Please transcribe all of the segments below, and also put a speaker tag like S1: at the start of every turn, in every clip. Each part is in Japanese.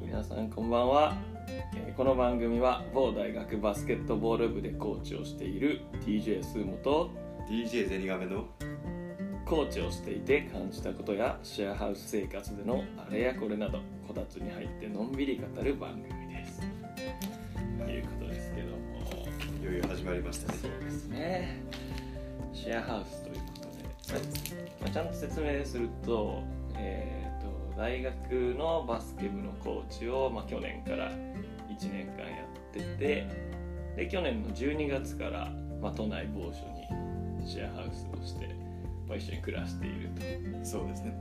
S1: 皆さんこんばんは、えーこの番組は某大学バスケットボール部でコーチをしている DJ スーモと
S2: DJ ゼニガメの
S1: コーチをしていて感じたことやシェアハウス生活でのあれやこれなどこたつに入ってのんびり語る番組ですということですけども
S2: いよいよ始まりましたね
S1: そうですねシェアハウスということで、まあ、ちゃんと説明すると,、えー、と大学のバスケ部のコーチを、まあ、去年から1年間やっててで去年の12月から、まあ、都内某所にシェアハウスをして、まあ、一緒に暮らしているという
S2: そうですね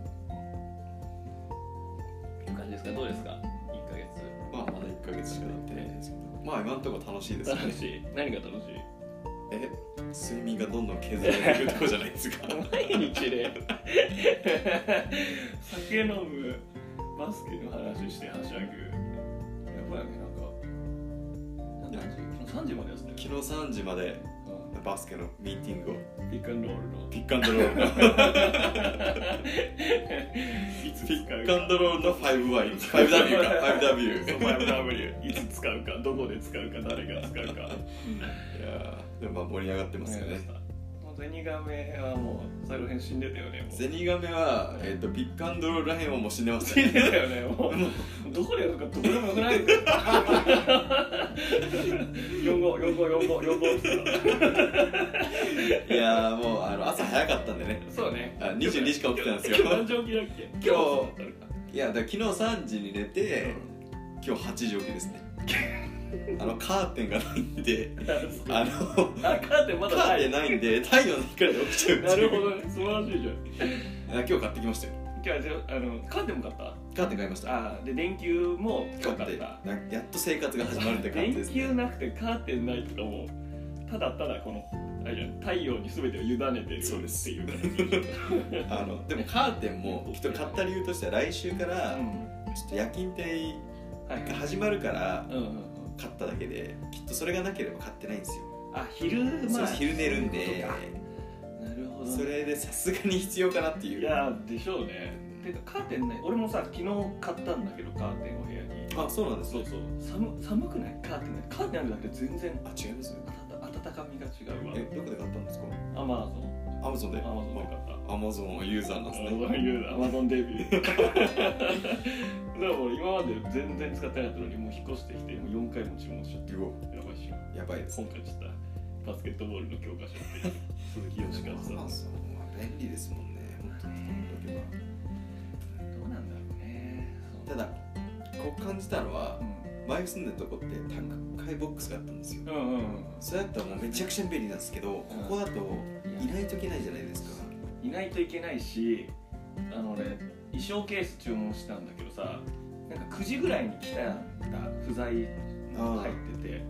S1: 感じですかどうですか1ヶ月
S2: まあまだ1ヶ月しか経ってないんですけどまあ今のところ楽しいですね
S1: 楽しい何が楽しい
S2: え睡眠がどんどん削られていくとこじゃないですか
S1: 毎日で酒飲むバスケの話してはしゃぐやばいねなんか何時昨日3時までやってたよ
S2: 昨日3時までバスケのミーティングを
S1: うんピックアンドロールの
S2: ピックアンドロール
S1: いつ
S2: ピ
S1: 使
S2: ッ
S1: う
S2: クアン
S1: か
S2: ドロールの 5Y 5W か 5W
S1: そう 5W いつ使うかどこで使うか誰が使うか
S2: いやーでもまあ盛り上がってますよね
S1: もうゼニガメはもう最後ら辺死んでたよねもう
S2: ゼニガメは、えっとピックアンドロールらへんはもう死んでました
S1: 死ん
S2: ね
S1: で たよねもうどこでやるかどこでもよくない四五四五四五四五っつったら
S2: いやーもうあの朝早かったんでね
S1: そうね。
S2: あ22時間起きてたんですよ
S1: 今日何時起きだっけ？
S2: 今日
S1: そうだったのか
S2: いやだから昨日3時に寝て今日8時起きで すねあのカーテンがないんであの
S1: あ、カーテンま
S2: カ
S1: だな
S2: ーテ
S1: い。
S2: ンないんで太陽の光で起きちゃうって
S1: な
S2: いう
S1: るほどね。素晴らしいじゃん。
S2: あ今日買ってきましたよ
S1: 今日はじゃああのカーテンも買った。
S2: カーテン買いました
S1: あー、で電球も今日
S2: 買っ
S1: 買
S2: て
S1: っ
S2: な
S1: た。
S2: やっと生活が始まるって感じで
S1: 電
S2: す
S1: 球
S2: ね
S1: なくてカーテンないとかもただただこのあれじゃん太陽に全てを委ねてる
S2: そうです
S1: っていう感
S2: あのでもカーテンもきっと買った理由としては来週 から
S1: じ。うん。
S2: ちょっと夜勤帯
S1: はい
S2: が。始まるから
S1: うんうんうん。
S2: 買っただけできっとそれがなければ買ってないんですよ
S1: あ、昼
S2: そ
S1: ま
S2: う
S1: あ
S2: 昼寝るんで
S1: なるほどね。
S2: それでさすがに必要かなってい
S1: いうやーでしょうねてかカーテンね俺もさ昨日買ったんだけどカーテンを部屋に
S2: あそうなんです
S1: そうそう寒寒くないカーテンねカーテンあるだけで全然
S2: あ違います
S1: あたた暖かみが違うわ
S2: えどこで買ったんですか
S1: アマゾン
S2: アマゾンで
S1: アマゾンで買った
S2: アマゾンユーザーなんです
S1: ア
S2: ね
S1: マゾンユーザーアマゾンデビューだから俺今 まで全然使ってなかったのにもう引っ越してきてもう4回も注文しちゃって
S2: うお
S1: やばいっしょ
S2: やばいです
S1: 今回ちょっとバスケットボールの教科書っていう鈴木よしかさん
S2: ア
S1: ど
S2: マゾンは便利ですもんね本当に届け
S1: うなんだろうね
S2: ばただこう感じたのは前住んでるとこって高いボックスがあったんですよ
S1: うんうんうん
S2: それだったらもうめちゃくちゃ便利なんですけどここだといないといけないじゃないですか
S1: いないといけないしあの俺衣装ケース注文したんだけどさなんか9時ぐらいに来たんだ不在入ってて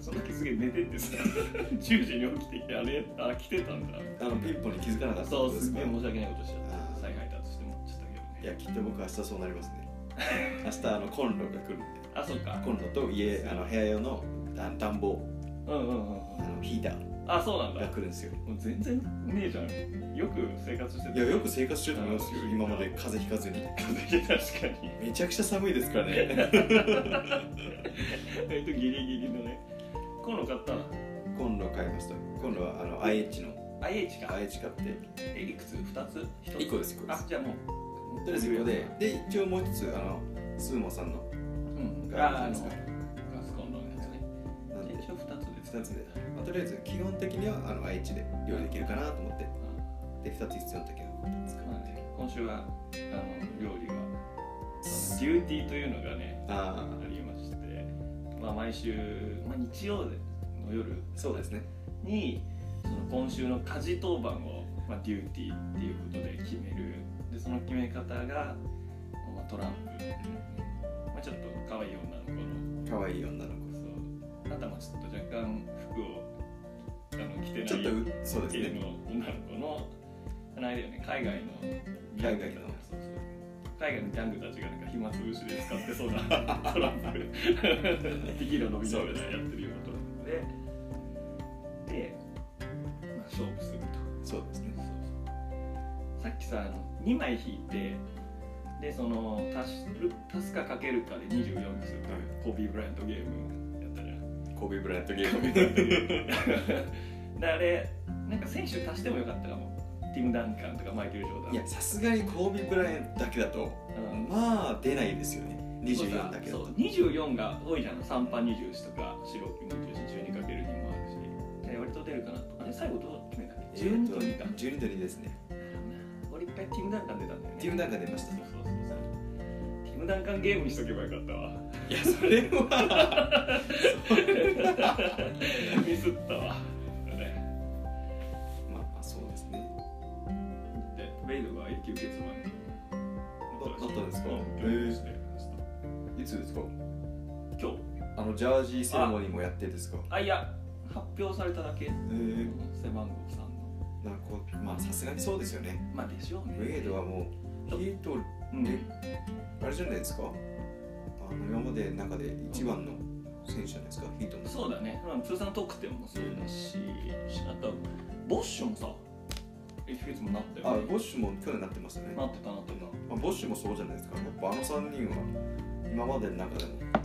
S1: その時すげえ寝てて さ10時に起きてきてあれあ来てたんだ
S2: あのピンポンに気づかなかったって
S1: そ
S2: こ
S1: う
S2: とですす
S1: げ
S2: か
S1: え申し訳ないことしちゃ
S2: あ
S1: っ
S2: ー
S1: て再配達してもらっちゃったけ
S2: い
S1: どね
S2: やきっと僕明日そうなりますね明日あのコンロが来るんで
S1: あそっか
S2: コンロと家あの部屋用の暖暖房
S1: うんうんうんう
S2: あ
S1: ん
S2: のヒーター
S1: あそうなんだ
S2: が来るんですよ
S1: もう全然ねえじゃんよく生活して
S2: い
S1: た
S2: やよく生活してると思いますよ
S1: うん
S2: 今まで風邪ひかずに
S1: 確かに
S2: めちゃくちゃ寒いですからね
S1: 割とギリギリのねコンロ買ったの
S2: コンロ買いましたコンロはあの IH の
S1: IH か
S2: IH 買って
S1: えいくつ2つ1つ
S2: 1個です1個です
S1: あじゃあもう
S2: とりあえず1個でで一応もう一つあのスーモさんの
S1: うん
S2: がある
S1: ああのガ
S2: じゃない
S1: スコンロのやつね
S2: ですかなんで
S1: 一応2つです
S2: 2つで、まあ、とりあえず基本的にはあの IH で料理できるかなと思ってで2つ必要な時は使
S1: あ
S2: っ
S1: まあ
S2: て
S1: ね今週はあの料理はデューティーというのがね
S2: あ
S1: ありましてまあ毎週、まあ、日曜の夜
S2: あそうですね
S1: にその今週の家事当番を、まあ、デューティーっていうことで決めるでその決め方が、まあ、トランプ、まあ、ちょっと可愛い女の子の
S2: 可愛い女の
S1: そうあとはちょっと若干服をあの着て
S2: 子
S1: ない
S2: ちょっとうそうです
S1: 系
S2: ね
S1: の女の子のあのあれだよね海外の
S2: 海外の
S1: そうそう海外のギャングたちがなんか暇つぶしで使ってそうなトラ ンプテキーラ飲みながらやってるようなトランプでで、まあ、勝負すると
S2: そうですね
S1: そうそうさっきさあの2枚引いてでその足す足すかかけるかで24にすると、
S2: はい
S1: コービー・ブライアントゲームやったじゃん
S2: コービー・ブライアントゲームみたい
S1: であ
S2: な
S1: れなんか選手足してもよかったかもティム・ダンカンとかマイケル・ジョーダン
S2: いやさすがにコービー・ブライアントだけだと
S1: うん
S2: まあ出ないですよね24だけだ
S1: そう
S2: と
S1: 24が多いじゃん3パ21とか白く21 12かける2もあるしで割と出るかなとあれ最後どう決めたっけ12と2か、
S2: 12と2ですね
S1: 俺一回ティム・ダンカン出たんだよね
S2: ティム・ダンカン出ました
S1: そうそうそうそうティム・ダンカンゲームにしとけばよかったわ
S2: いやそれは
S1: ミスったわね
S2: まあまあそうですね
S1: でベイドが永久欠番
S2: だったんですか
S1: 今日ですね
S2: いつですか
S1: 今日
S2: あのジャージーセレモニーもやってですか
S1: あいや発表されただけ
S2: えー、
S1: 背番号3の
S2: なんかこうまあさすがにそうですよね
S1: まあでしょうね
S2: ウェイドはもうヒート
S1: うん
S2: であれじゃないですかあの今までの中で一番の選手じゃないですかヒートの
S1: そうだね、まあ、通算得点もそうだし、あとボッシュもさ、エフィズもなった
S2: あ
S1: よね。
S2: ボッシュも去年なってましたね、
S1: なってたなって
S2: まあ、ボッシュもそうじゃないですかやっぱあの3人は今までの中でも
S1: た。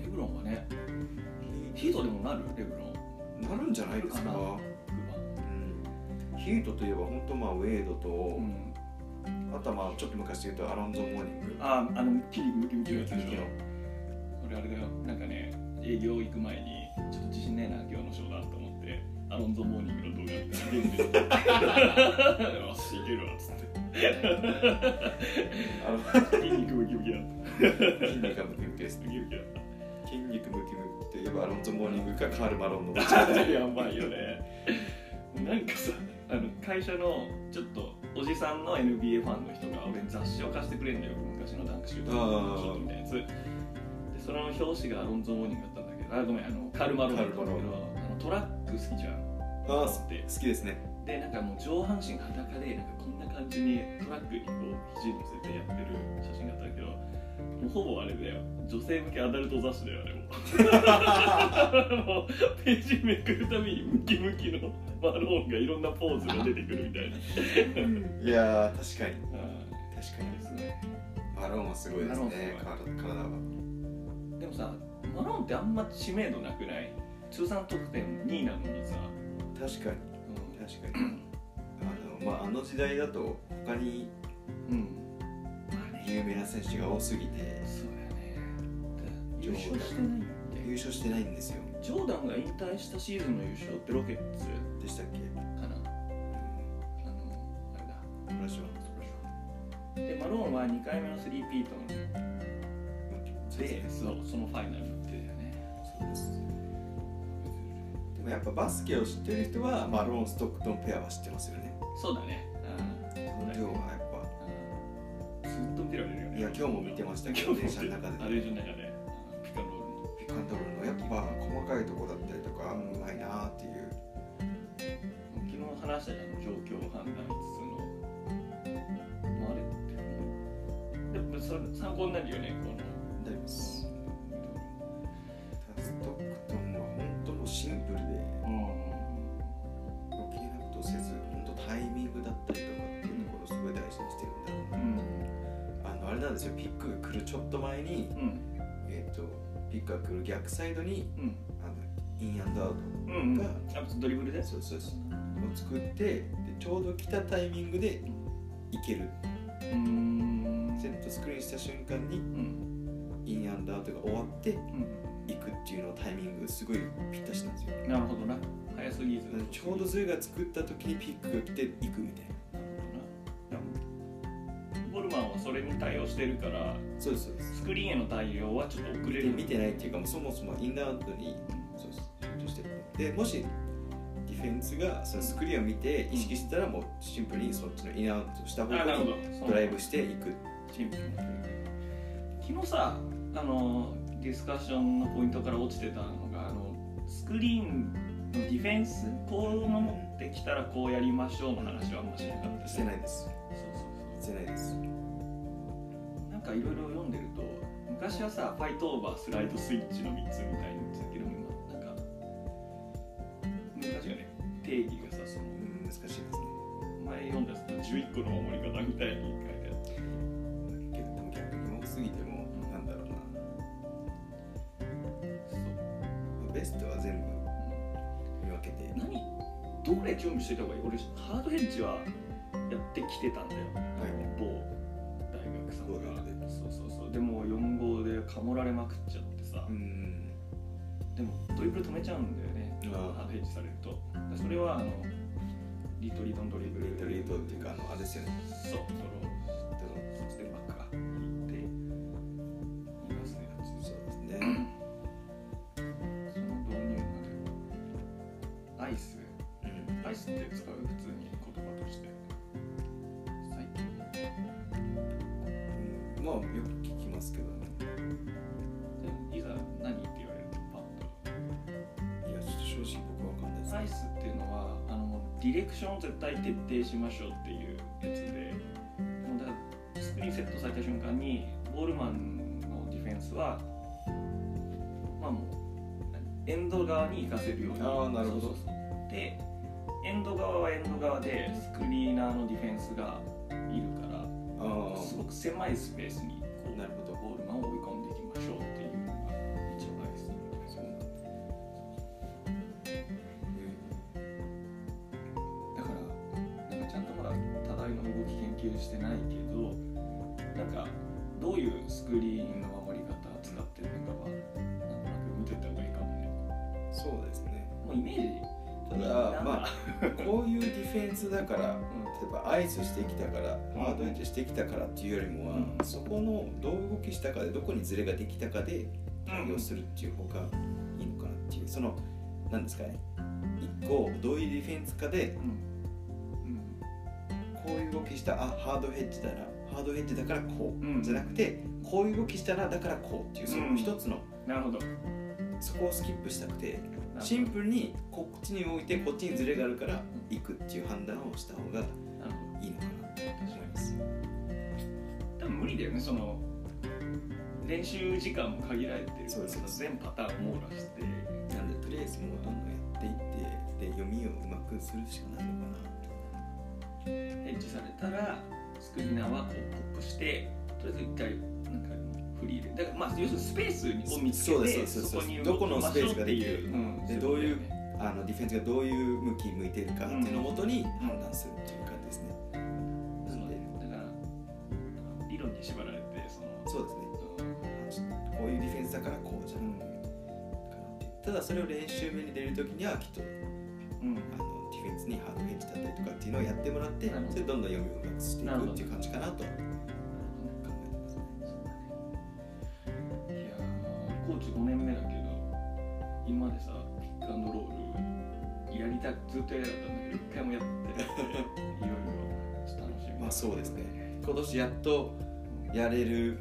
S1: レブロンはね、ヒートでもなるレブロン。
S2: なるんじゃないですか
S1: なるか
S2: うんヒートといえば本当まあウェイドと、
S1: うん、
S2: あとはまあちょっと昔で言うとアロンゾ・モーニング
S1: あ、あの、キリムキムキム
S2: 右
S1: や
S2: 利
S1: つ
S2: き
S1: でし
S2: の
S1: ょ。俺あれだよ、なんかね、営業行く前に、ちょっと自信ねえな、今日のショーだと思って、アロンゾモーニングの動画見たら、ゲームで。 よし、いけるわ、つって。
S2: あの
S1: 筋肉ムキムキだっ
S2: 筋肉がムキムキです
S1: た。ムキムキだっ
S2: 筋肉ムキムキといえばアロンゾ・モーニングかカール・マロンのどっちか
S1: た。 やばいよね。なんかさ、あの会社のちょっとおじさんの NBA ファンの人が俺に雑誌を貸してくれんだよ昔のダンクシュート
S2: あー
S1: ショートみたいなやつでその表紙がアロンゾ・モーニングだったんだけどあごめんあのカルマロンだったんだけど
S2: カルマ
S1: あのトラック好きじゃん
S2: あー
S1: で
S2: 好きですね
S1: でなんかもう上半身裸でなんかこんな感じにトラックにこう肘乗せてやってる写真があったんだけどもうほぼあれだよ女性向けアダルト雑誌だよあれももうページめくるたびにムキムキのマローンがいろんなポーズが出てくるみたいな。
S2: いやー確かに
S1: あ
S2: 確か
S1: ー
S2: に
S1: ですね
S2: マロンはすごいですね
S1: マ
S2: 体体は
S1: でもさマローンってあんま知名度なくない通算得点2位なのにさ、
S2: 確かに確かにあのまああの時代だと他に
S1: うん、うん、まあね
S2: 有名な選手が多すぎて
S1: そうやね
S2: 優
S1: 優勝
S2: 勝
S1: し
S2: してて
S1: な
S2: ないい
S1: ん
S2: 優勝してないんですよ
S1: ジョーダンが引退したシーズンの優勝ってロケッツ
S2: でしたっけ
S1: かな
S2: う
S1: あの
S2: ん
S1: あれだ
S2: ブラジル
S1: でマローンは2回目のスリーピートなのでそうそのファイナルってだよね
S2: そうですでもやっぱバスケを知ってる人はマローン・ストックトンペアは知ってますよね
S1: そうだねうん
S2: 今日はやっぱ
S1: ずっと見てられるよね
S2: いや今日も見てましたけど電車の中で
S1: あれじゃないあれピカロー
S2: ピックアンドロールのやっぱ細かいとこだったりとかうまいなーっていう
S1: ルの昨日話したじゃん状況を判断しつつの、まあ、あれってもうでもそれ参考になるよねこの
S2: だいぶストックトンは本当もうシンプルで
S1: うん
S2: 余計なことをせず本当タイミングだったりとかっていうところをすごい大事にしてるんだろうな
S1: うん
S2: あのあれなんですよピックが来るちょっと前に、
S1: うん
S2: えー、とピックが来る逆サイドに
S1: うん
S2: あのインアンドアウ
S1: うんうんあドリブルで
S2: トそうそうそうを作ってでちょうど来たタイミングでいける
S1: うーん
S2: セットスクリーンした瞬間に
S1: うん
S2: インアンドアウトが終わって
S1: う
S2: いくっていうのをタイミングすごいぴったしなんですよ
S1: んなるほどな早すぎず
S2: ちょうどズーが作った時にピックが来ていくみたいな
S1: なるほどなボルマンはそれに対応してるから
S2: そうですそうです
S1: スクリーンへの対応はちょっと遅れ
S2: で
S1: る
S2: 見てないっていうかもうそもそもインアウトにそうですシュートしてるでもしディフェンスがそのスクリーンを見て意識したらもうシンプルにそっちのインアウトした方
S1: あなるほ
S2: 向
S1: ど
S2: にドライブしていく
S1: シンプルな昨日さあのディスカッションのポイントから落ちてたのがあのスクリーンのディフェンスこう守ってきたらこうやりましょうの話はあんましなかった
S2: して
S1: い
S2: ないです
S1: そうそう
S2: してないです
S1: そうなんかいろいろ読んでると昔はさファイトオーバースライドスイッチの3つみたいに言ってたけど今なんか昔はね定義がさその
S2: うん難しいですね
S1: 前読んだやつと11個の守り方みたいに書いてあって
S2: けどでも
S1: そこぐらい準備してた方がいい俺ハードヘッジはやってきてたんだよ
S2: はい
S1: 某大学さん
S2: 某大
S1: が
S2: 学で
S1: そうそうそうでも4号でかもられまくっちゃってさ、
S2: うん
S1: でもドリブル止めちゃうんだよね
S2: あ
S1: ハードヘッジされるとでそれはあのリトリートのドリブル
S2: リトリートっていうかあのあれですよね
S1: そうド
S2: ドロー
S1: ローしてバックが行っていますね
S2: そうですね
S1: その導入がねアイス
S2: うん
S1: アイスって使う普通に言葉として最近
S2: うんまあよく聞きますけどね
S1: でいざ何って言われるとパッ
S2: いやちょっと正直僕は分かんないです
S1: とアイスっていうのはあのディレクションを絶対徹底しましょうっていうやつでもうだからスクリーンセットされた瞬間にボールマンのディフェンスはまあもうエンド側に行かせるように
S2: あーなるほど
S1: そうそうそうでエンド側はエンド側でスクリーナーのディフェンスがいるから
S2: ああ
S1: すごく狭いスペースにこう
S2: なるほど
S1: ゴールマンを追い込んでいきましょうっていうのが一応大好きです
S2: そう
S1: よ
S2: なんだ
S1: だからなんかちゃんとまだ多大の動き研究してないけどなんかどういうスクリーンの守り方使ってるのかはなんとなく見てた方がいいかもね
S2: うんそうですね
S1: もうイメージ
S2: ただま
S1: あ
S2: あこういうディフェンスだから例えばアイスしてきたから
S1: ん
S2: ハードエッジしてきたからっていうよりもは、
S1: うん
S2: そこのどう動きしたかでどこにズレができたかで
S1: うん
S2: 対応するっていう方がいいのかなっていうそのなんですかね一個どういうディフェンスかで
S1: うん
S2: こういう動きしたあハードヘッジだなハードヘッジだからこう、
S1: うん
S2: じゃなくてこういう動きしたらだからこうっていうそ
S1: うん
S2: の一つの、
S1: うんなるほど
S2: そこをスキップしたくてシンプルにこっちに置いてこっちにズレがあるから行くっていう判断をした方
S1: な
S2: が
S1: るほど
S2: いいのかなと思います。
S1: 多分無理だよねその練習時間も限られてるから
S2: そうそう
S1: 全パターンを網羅して
S2: なんでとりあえずもうどんどんやっていってで読みをうまくするしかないのか
S1: ヘッジされたらスクリーナーはこうポップしてとりあえず一回なんかフリーでだからまあ要するにスペースを見つけ
S2: そう
S1: て
S2: ですそ
S1: そ
S2: うです
S1: こに
S2: どこ
S1: 動
S2: の
S1: きましょうっていう
S2: スペースができる
S1: うん
S2: で
S1: そことだよね
S2: なあのディフェンスがどういう向き向いてるかっていうのをもとに判断するっていう感じですね、
S1: なのでだからあの理論に縛られてその
S2: そうです
S1: うん
S2: ねあちょっとこういうディフェンスだからこうじゃなくて、ただそれを練習目に出る時にはきっとあのディフェンスにハードヘッジだったりとかっていうのをやってもらって
S1: なるほど
S2: それでどんどん読みをうまくしていくっていう感じかなと考えてますね
S1: いやーコーチ5年目だけど今までさピックアンドロールやりたくずっとやりたかったんだけど一回もやってないいろいろちょっと楽しみ
S2: まあそうですね今年やっとやれる
S1: うん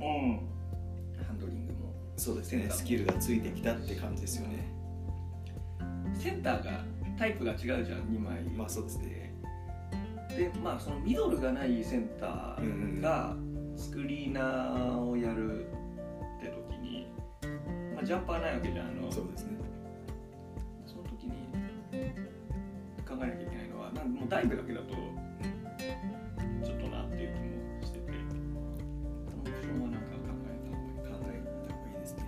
S1: ハンドリングも
S2: そうですねスキルがついてきたって感じですよね
S1: センターがタイプが違うじゃん2枚
S2: まあそうですね
S1: でまあそのミドルがないセンターがスクリーナーをやるって時に、まあ、ジャンパーないわけじゃんあの
S2: そ
S1: そう
S2: ですね
S1: の時に考えなきゃいけないのはなんもうダイブだけだとちょっとなっていう気もしててそのオプションはなんか考えた方がいいかな
S2: 考えた方がいいですね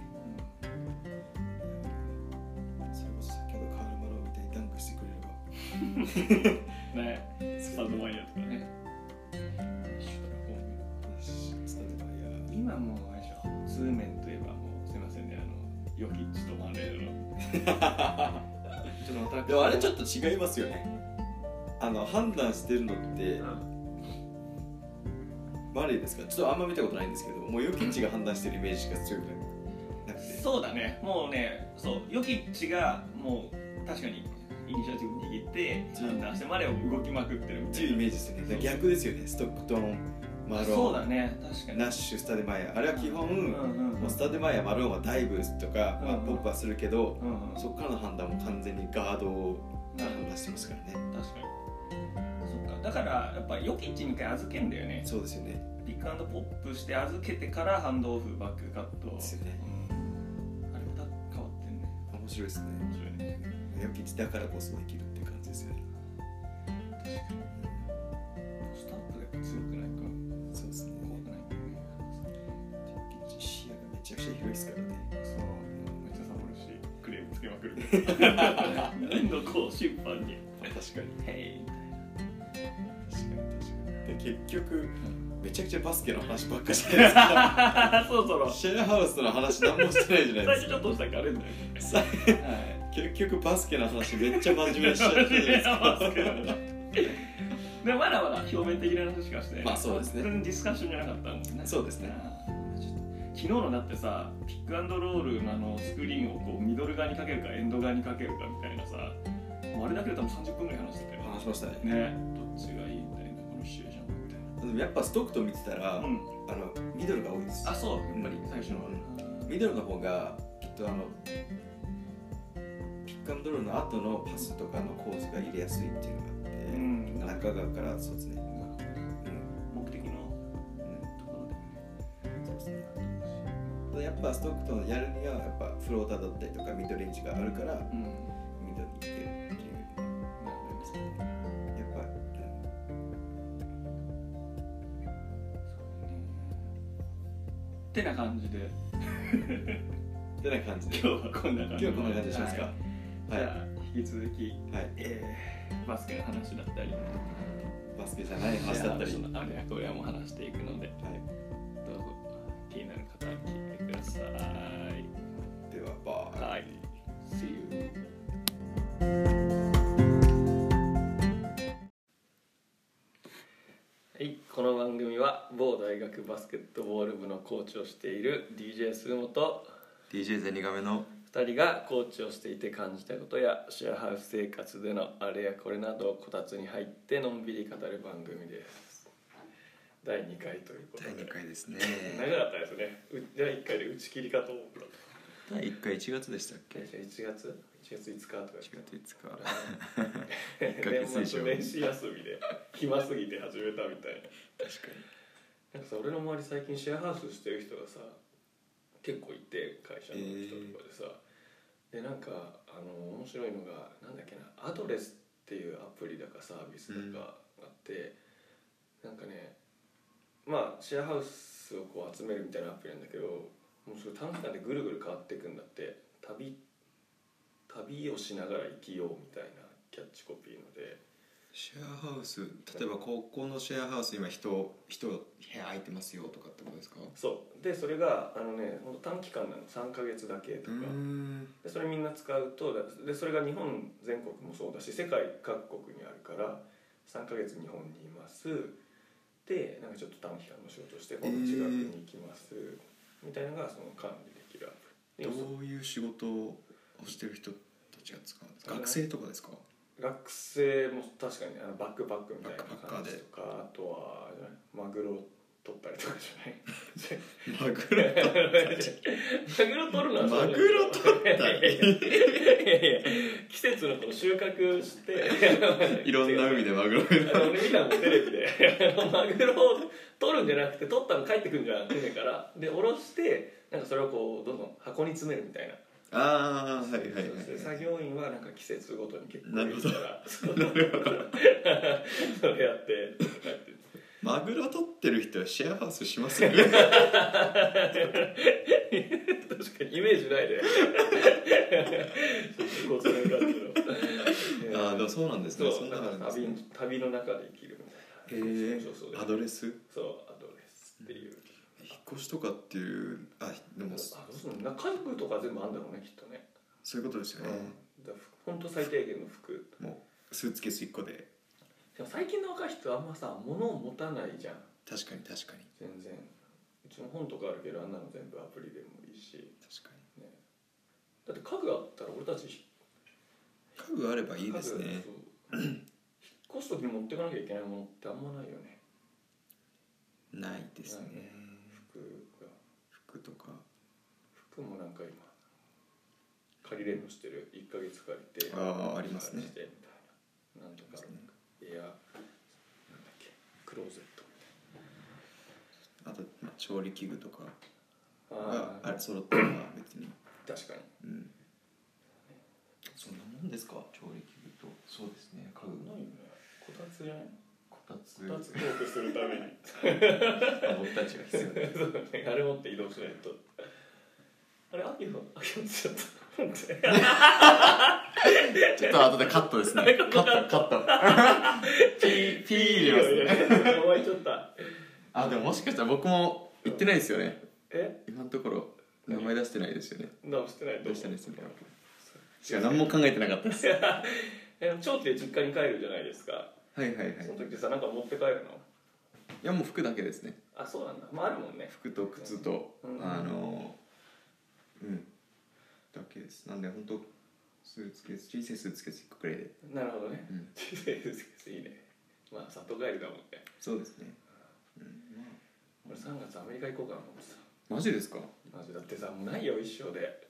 S1: う
S2: それこそ先ほどカール・マローみたいにダンクしてくれれば
S1: んねスタートマイヤーとかね
S2: スタンドバイヤー
S1: 今もうあれでしょ通面といえばもうすいませんねあのヨキッチとマレーの ちょっとまた
S2: でもあれちょ
S1: っ
S2: っと違いますよねあの判断してるのってマレーですかちょっとあんま見たことないんですけどもうヨキッチが判断してるイメージが強くなくて
S1: そうだねもうねそうヨキッチがもう確かにイニシアチブ握って
S2: うん
S1: 判断してマレーを動きまくってるみ
S2: って
S1: た
S2: いうイ
S1: い
S2: メ
S1: な
S2: ージですよねだから逆ですよねストックトンマローン
S1: そうだね確かに
S2: ナッシュスタデマイヤーあれは基本、
S1: うんうんうん
S2: もうスタデマイヤーマローンはダイブとか、まあ
S1: うんうん
S2: ポップはするけど、
S1: うんうん
S2: そこからの判断も完全にガードを判断してますからね
S1: 確かにそっかだからやっぱヨキッチに一回預けんだよね
S2: そうですよね
S1: ピックアンドポップして預けてからハンドオフバックカット
S2: ですよね
S1: うんあれまた変わってんね
S2: 面白いですね
S1: 面白いね
S2: ヨキッチだからこそできるって感じですよね
S1: スタッフがやっぱ強くないか
S2: そうですね
S1: 怖くないかね
S2: ヨキッチ視野がめちゃくちゃ広いですからね
S1: そう めっちゃサボるしクレームつけまくる何度こう審判に
S3: 確かに
S1: へい
S3: 確かに確かにで結局
S1: ん
S3: めちゃくちゃバスケの話ばっかしてるんですか
S1: そろそろ
S3: シェアハウスの話何もしてないじゃ
S1: 最
S3: ないで
S1: 初ちょっとしたからあれだよ
S3: すかさ
S1: はい
S3: 結局バスケの話めっちゃ真面目にしちゃってるじゃないですか
S1: でもまだまだ表面的な話しかしてない
S3: まあそうですね
S1: 全然ディスカッションじゃなかったもんね
S3: そうですね
S1: あーちょっと昨日のだってさピックアンドロールのあのスクリーンをこうミドル側にかけるかエンド側にかけるかみたいなさもうあれだけで多分30分ぐらい話してたよ
S3: 話しましたね
S1: ねどっちがいいみたいなこのシチュエーションみたい
S3: でもやっぱストックと見てたら、
S1: なうん
S3: あのミドルが多いです
S1: あそうやっぱり最初のは
S3: ミドルの方がきっとあのピックアンドロールの後のパスとかの構図が入れやすいっていう
S1: う
S3: の
S1: ん
S3: があって、中側からそうですね、
S1: 目的
S3: うん
S1: の
S3: う
S1: ところで
S3: ん、そうですねただやっぱストックトンやるにはやっぱフローターだったりとかミドレンジがあるから
S1: うんなる
S3: ミドルに行けるっていう
S1: ほど
S3: ですねやっぱうん
S1: てな感じで
S3: ってな感じで
S1: 今日はこんな感
S3: 今日
S1: じ
S3: はこんな感じにしますか
S1: は
S3: はいい、
S1: じゃあ引き続き、
S3: はい
S1: えーバスケの話だったり
S3: バスケじゃない話だったり、はい、
S1: あれやこれはもう話していくのでどうぞ気になる方は聞いてください
S3: ではバーイ
S1: はい See you はい、この番組は某大学バスケットボール部のコーチをしている DJ スーモと
S3: DJ ゼニガメの
S1: 2人がコーチをしていて感じたことやシェアハウス生活でのあれやこれなどをこたつに入ってのんびり語る番組です第2回ということで
S3: 第2回ですね
S1: 長かったですねう第1回で打ち切りかと思った
S3: 第1回1月でしたっけ
S1: えじゃあ1月1月5日とか
S3: 1月5日
S1: 言って
S3: ヶ月以
S1: 年
S3: 上
S1: 末年始休みで暇すぎて始めたみたいな
S3: 確か
S1: なんかさ俺の周り最近シェアハウスしてる人がさ結構いて会社の人とかでさ、でなんかあの面白いのがなんだっけなアドレスっていうアプリだかサービスだかあって、なんかねまあシェアハウスをこう集めるみたいなアプリなんだけどもうすごい短期間でぐるぐる変わっていくんだって旅旅をしながら生きようみたいなキャッチコピーので
S2: シェアハウス例えば高校のシェアハウス今人人部屋空いてますよとかってことですか
S1: そうでそれがあのねほんと短期間なの3ヶ月だけと
S2: う
S1: か。
S2: ん
S1: でそれみんな使うとでそれが日本全国もそうだし世界各国にあるから3ヶ月日本にいますでなんかちょっと短期間の仕事して今度違う国に行きます、みたいなのがその管理できるアプリ
S2: ど
S1: で
S2: ういう仕事をしてる人たちが使うんですか
S1: あの
S2: 学生とかですか
S1: 学生も確かにあのバックパックみたいな
S2: バックパッカ
S1: 感
S2: ーで
S1: じとかあとはじゃないマグロ取ったりとかじゃない
S2: マグロ
S1: マグロ 取るのはそうだけど
S2: マグロ取ったり
S1: いや いやいや季節のこの収穫して
S2: いろんな海でマグロ
S1: あの俺見たもんテレビで あのマグロを取るんじゃなくて取ったの帰ってくるんじゃん船からで下ろしてなんかそれをこうどんどん箱に詰めるみたいな、
S2: ああはいはいはい
S1: そうですね作業員はなんか季節ごとに結構
S2: なるほど
S1: いるからそう それやって
S2: マグロ取ってる人はシェアハウスしますよね
S1: 確かにイメージ ないでこう詰める感じの
S2: ああでもそうなんです
S1: そ
S2: ね
S1: う
S2: そんな
S1: だ
S2: の
S1: か
S2: あるん
S1: ら
S2: で
S1: 旅
S2: すね
S1: 旅の中で生きるみたい
S2: へ
S1: な
S2: え
S1: そうそうそう
S2: アドレス
S1: そうアドレスっていう
S2: 引っ越しとかっていうあで
S1: あど
S2: も
S1: うするの中居とか全部あんだろうねきっとね
S2: そういうことですよね
S1: だからほんと最低限の服
S2: もうスーツケース1個で
S1: でも最近の若い人あんまさ物を持たないじゃん
S2: 確かに確かに
S1: 全然うちの本とかあるけどあんなの全部アプリでもいいし
S2: 確かに
S1: だって家具あったら俺たち
S2: 家具あればいいです
S1: 家具
S2: ね
S1: そう引っ越す時に持ってかなきゃいけないものってあんまないよね
S2: ないです
S1: ないね
S2: ね
S1: 服が
S2: 服とか
S1: 服もなんか今借りれんのしてる1ヶ月借りて
S2: あーありますね
S1: してみたいななんとかエアなんだっけクローゼット
S2: あと、まあ、調理器具とか
S1: みたいな
S2: が
S1: あ
S2: あれ揃ってるのは別に
S1: ー確かに
S2: うんそんなもんですか調理器具とそうですね家具
S1: ないよねこたつじゃない
S2: こた
S1: こ
S2: つ
S1: たつトークするために
S2: あ僕たちが必要で
S1: そうだねあれ持って移動しないとあれアキホアキホって言っちゃっ
S2: ちょっと後でカットですねカットカット ピーピー入れますね
S1: お前ちょっと
S2: あでももしかしたら僕も言ってないですよね
S1: え
S2: 今のところ名前出してないですよね
S1: 直してないと
S2: 出
S1: 思
S2: して
S1: う
S2: ないですよね違う何も考えてなかったですは
S1: え長期で実家に帰るじゃないですか
S2: いはいはい
S1: その時さなんか持って帰るの
S2: いやもう服だけですね
S1: あそうなんだまああるもんね
S2: 服と靴と、
S1: うん
S2: あのうんだけですなんで本当スーツケース小さいスーツケース1個くらいで、
S1: なるほどね
S2: うん、
S1: いいねまあ里帰りだもんね
S2: そうですね、うんま
S1: 俺3月アメリカ行こうかなと思ってた
S2: あ、マジですか
S1: マジだってさもうないよ一生で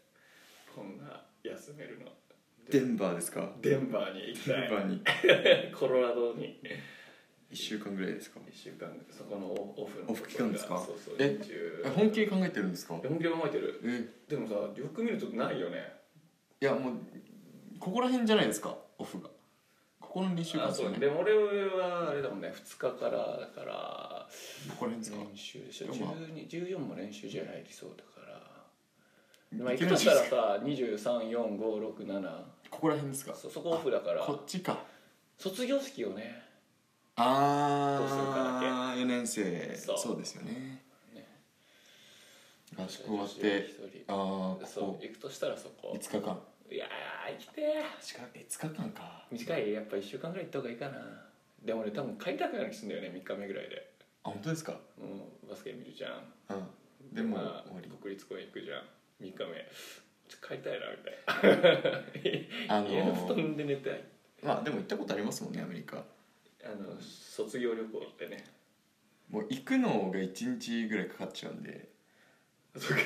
S1: こんな休めるの
S2: デンバーですか
S1: デンバーに行き
S2: デ
S1: た
S2: ン
S1: い
S2: バーに
S1: コロラドに
S2: 1週間ぐらいですか
S1: 1週間そこのオフの
S2: オフ期間ですか
S1: そうそう
S2: え
S1: 20
S2: え本気で考えてるんですか
S1: 本気で考えてる
S2: え
S1: でもさよく見るとないよね
S2: いやもうここら辺じゃないですかオフがここの2週間
S1: あ
S2: です
S1: そ
S2: よ
S1: う
S2: ね
S1: でも俺はあれだもんね2日からだから
S2: ここら辺ですか
S1: 練習でしょ
S2: でもまあ
S1: 12 14も練習試合入りそうだからまあ
S2: い
S1: 行く
S2: ける
S1: と
S2: ん
S1: し
S2: じ
S1: た
S2: ゃ
S1: ら
S2: ないですか
S1: さ234567
S2: ここら辺ですか
S1: そそこオフだから
S2: こっちか
S1: 卒業式をねどうするか
S2: ああ4年生
S1: そう
S2: そうですよね
S1: ね
S2: 合宿終わって
S1: 一人
S2: ああ
S1: そ
S2: こ
S1: う行くとしたらそ
S2: こ
S1: こ
S2: 5日間
S1: いやー行きてー
S2: 5日間か
S1: 短いやっぱ1週間ぐらい行った方がいいかなでも俺多分帰りたくなる気すんだよね3日目ぐらいで
S2: あ本当ですか
S1: もうバスケ見るじゃん
S2: うんでも終
S1: まあ
S2: わり
S1: 国立公園行くじゃん3日目ちょっと帰りたいなみたいな
S2: あの
S1: 家の 布
S2: ー
S1: 団で寝たい
S2: まあでも行ったことありますもんねアメリカ
S1: あの卒業旅行ってね
S2: もう行くのが1日ぐらいかかっちゃうんで
S1: そうか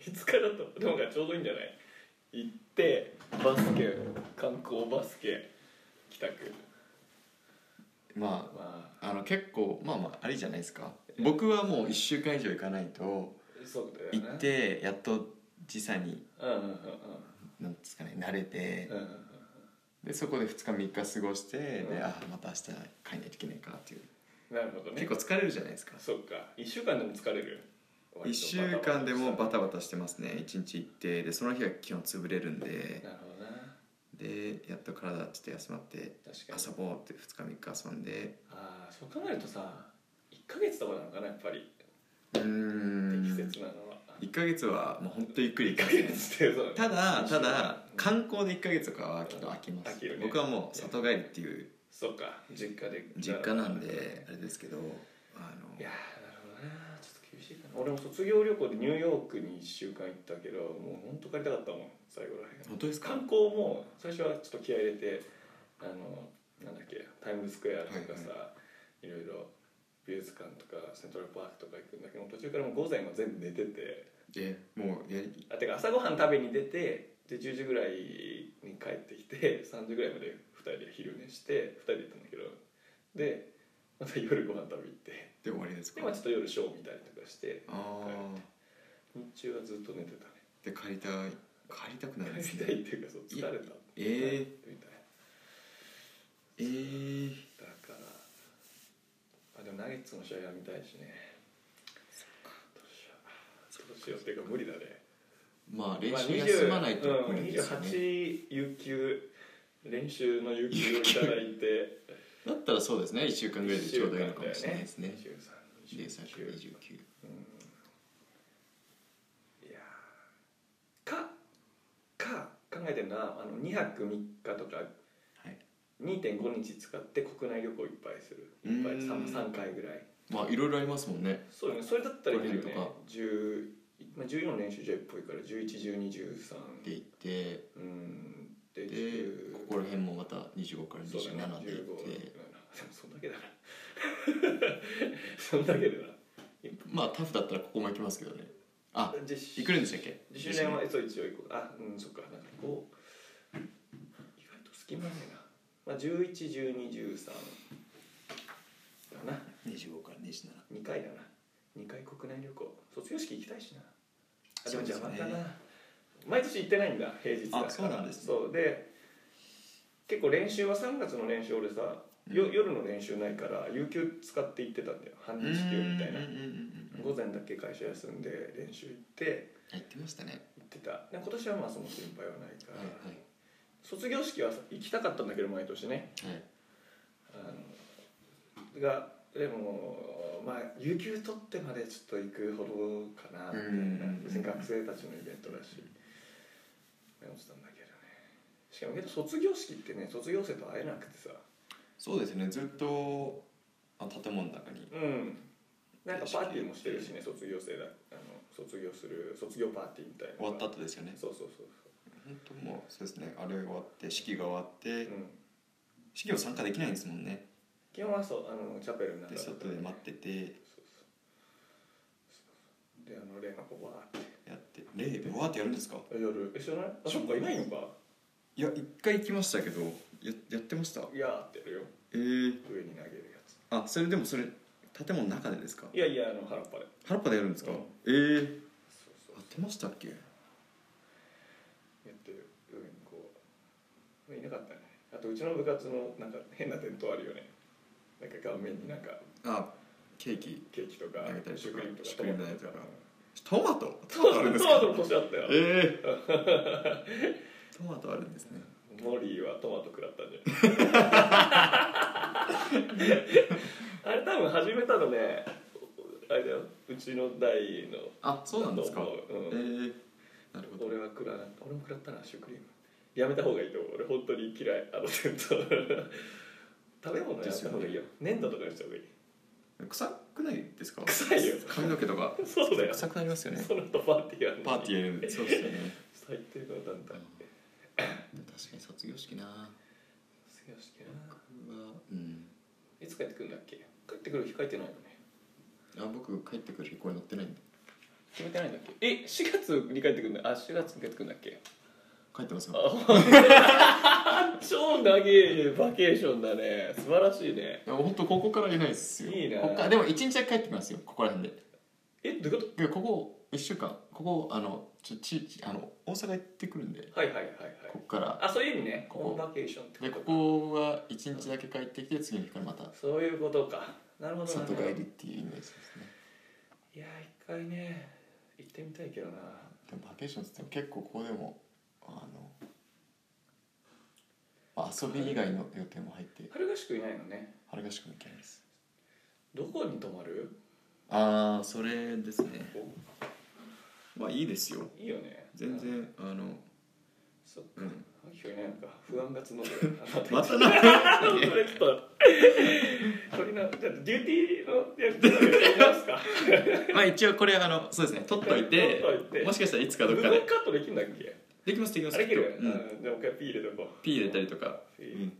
S1: 5日だとでもちょうどいいんじゃない行ってバスケ観光バスケ帰宅
S2: まあ
S1: ま
S2: あの結構まあまあありじゃないですか僕はもう1週間以上行かないと
S1: あそうだよね
S2: 行ってやっと時差に
S1: うんうんうんうん
S2: なんですかね慣れて
S1: うんうんうん
S2: でそこで2日3日過ごして
S1: う
S2: で
S1: ん
S2: あーまた明日帰んないといけないかっていう
S1: なるほどね
S2: 結構疲れるじゃないですか
S1: そうか1週間でも疲れる
S2: 1週間でもバタバタしてますね1日行ってでその日は基本潰れるんで
S1: なるほどな
S2: でやっと体ちょっと休まって
S1: 確かに
S2: 遊ぼうって2日3日遊んで
S1: ああそう考えるとさ1ヶ月とかなのかなやっぱり
S2: うー
S1: 適
S2: ん
S1: 切なのは
S2: 1ヶ月はもうほんとゆっくり
S1: 1
S2: 行
S1: ヶ
S2: かせ
S1: 月ってそう
S2: ただただ
S1: うん
S2: 観光で1ヶ月とかはきっと飽きま
S1: 飽
S2: す
S1: きるね
S2: 僕はもう里帰りっていう
S1: そうか実家で
S2: 実家なんであれですけどあの
S1: いやーなるほどなちょっと厳しいかな俺も卒業旅行でニューヨークに1週間行ったけどもうほんと帰りたかったもん最後らへん
S2: 本当ですか
S1: 観光も最初はちょっと気合い入れてあのなんだっけタイムズスクエアとかさ、いろいろ美術館とかセントラルパークとか行くんだけど途中からもう午前は全部寝てて
S2: えもうやり
S1: あてか朝ごはん食べに出てで10時ぐらいに帰ってきて3時ぐらいまで2人で昼寝して2人で行ったんだけどでまた夜ご飯食べに行って
S2: で終わりです
S1: で
S2: か
S1: まあちょっと夜ショー見たりとかして
S2: ああ
S1: 日中はずっと寝てたね
S2: で帰りたい帰りたくなるんです
S1: 帰りたい
S2: ね
S1: っていうかそう疲れた
S2: え
S1: みたい
S2: ー、えー、
S1: なだからあでもナゲッツの試合は見たいしねどうしようどうしようっていうか無理だね
S2: まあ練
S1: まあ
S2: 習
S1: 20
S2: 休まないと
S1: うん
S2: 無理ですよね、
S1: 28有給練習の有給をいただいて
S2: だったらそうですね1週間ぐらいでちょうどいいのかもしれないですね
S1: 23
S2: で最初
S1: 29
S2: 29
S1: いやーかか考えてるのはあの2泊3日とか
S2: はい
S1: 2.5日使って国内旅行いっぱいするいっぱいう
S2: ーん
S1: 3, 三回ぐらい
S2: まあいろいろありますもんね
S1: そうよねそれだったらいけるよね
S2: この辺と
S1: 10まあ、14練習試合っぽいから111213
S2: で行って
S1: うんで
S2: で
S1: 10
S2: ここら辺もまた25から
S1: そうだね
S2: 27で
S1: 15
S2: 行って
S1: でもそんだけだなそんだけだな
S2: まあタフだったらここも行きますけどねあ
S1: 実
S2: 行くんでしたっけ
S1: 自主練はえそう一応行こうあうんそっかなんかこう意外と隙間ないな、まあ、111213だな
S2: 25から27
S1: 2回だな2回国内旅行卒業式行きたいしなあでも
S2: そうです
S1: 邪
S2: ね
S1: 魔だな、毎年行ってないんだ平日だから
S2: あそうなんですね
S1: そうで結構練習は3月の練習俺さ、よ
S2: うん
S1: 夜の練習ないから有給使って行ってたんだよ半日休みたいな
S2: うんうんうんうん
S1: 午前だけ会社休んで練習行って
S2: あ行ってましたね
S1: 行っってたで今年はまあその先輩はないから、
S2: はい
S1: 卒業式は行きたかったんだけど毎年ね
S2: はいはい
S1: あのがでもまあ有給取ってまでちょっと行くほどかなみたいな
S2: うん
S1: 別に学生たちのイベントだし思ってたんだけどねしかもけど卒業式ってね卒業生と会えなくてさ
S2: そうですねずっとあ建物の中に
S1: うんなんかパーティーもしてるしね卒業生だあの卒業する卒業パーティーみたいな
S2: 終わった後ですよね
S1: そうそうそうそ
S2: 本当もうそうですねあれ終わって式が終わって
S1: う、うん、
S2: 式を参加できないんですもんね
S1: 基本はそうあのチャペルの中
S2: で
S1: だった
S2: 外で待ってて
S1: そうそうであの例の子わーって
S2: やってレイベわーってやるんですか
S1: 夜え知らないあそっかいないのか
S2: いや一回行きましたけどややってました
S1: いやーってやるよ
S2: えー、
S1: 上に投げるやつ
S2: あそれでもそれ建物の中でですか
S1: いやいやあの原っぱで
S2: 原っぱでやるんですか、
S1: うん
S2: えー、
S1: そう
S2: やってましたっけ
S1: やってる上にこういなかったねあとうちの部活のなんか変な伝統あるよねなんか顔面になんか
S2: あケーキ
S1: ケーキとか
S2: 投げたりとか
S1: シュークリームとか
S2: シュークリーム投げたりとかトマトト
S1: トマトトマトの年あったよ
S2: ええ ー、トマトあるんですね
S1: モリーはトマト食らったんじゃない あれ多分始めたのねあれだようちの代の
S2: あそうなんですか
S1: だと思ううん
S2: ええー、なるほど
S1: 俺は食らな俺も食らったなシュークリームやめた方がいいと思う俺本当に嫌いあの伝 統食べ物やった方がいいよ粘土とかにした方がいい
S2: 臭くないですか
S1: 臭いよ
S2: 髪の毛とか
S1: そうだよ
S2: 臭くなりますよね
S1: その後パーティーやるのに
S2: パーティーやるんでそうですよね
S1: 最低の団体
S2: 確かに卒業式な
S1: 卒業式な
S2: 僕はうん
S1: いつ帰ってくるんだっけ帰ってくる日書いてないよね
S2: あ僕帰ってくる日これ乗ってないんで
S1: 決めてないんだっけえ四4月に帰ってくるんだあ4月に帰ってくるんだっけ
S2: 帰ってますよ
S1: あ 超長いバケーションだね素晴らしいね
S2: いや本当ここからいないですよ
S1: いいな
S2: ここからでも一日は帰ってきますよここら辺で
S1: えどういうこ
S2: でここ1週間ここあのちょちちあの大阪行ってくるんで
S1: とはいはいはいは
S2: こ
S1: い
S2: こから
S1: あそういう意味ね
S2: ここ
S1: ホームバケーションって
S2: でここは1日だけ帰ってきて次の日からまた
S1: そういうことかなるほどな
S2: 里帰りっていうイメージですね
S1: いや一回ね行ってみたいけどな
S2: でもバケーションっつっても結構ここでもあのまあ遊び以外の予定も入って
S1: 春合宿いないのね
S2: 春合宿も行けないです
S1: どこに泊まる
S2: ああそれですねまあいいですよ
S1: いいよね
S2: 全然あの
S1: そっか
S2: うん
S1: 秋はいないのか不安が募 る
S2: またな
S1: それちょっとこれなちょっとデューティーのやつやりますか
S2: まあ一応これあのそうですね取っといて
S1: 取っといて
S2: もしかしたらいつか
S1: 部
S2: どっ
S1: 分カ
S2: か
S1: ットで
S2: で
S1: きるんだっけ
S2: できますできま
S1: あ
S2: す
S1: できる、
S2: うん
S1: うん、でもう一回ピー入れとこう
S2: ピー入れたりとか、
S1: ピ
S2: う
S1: ー
S2: ん、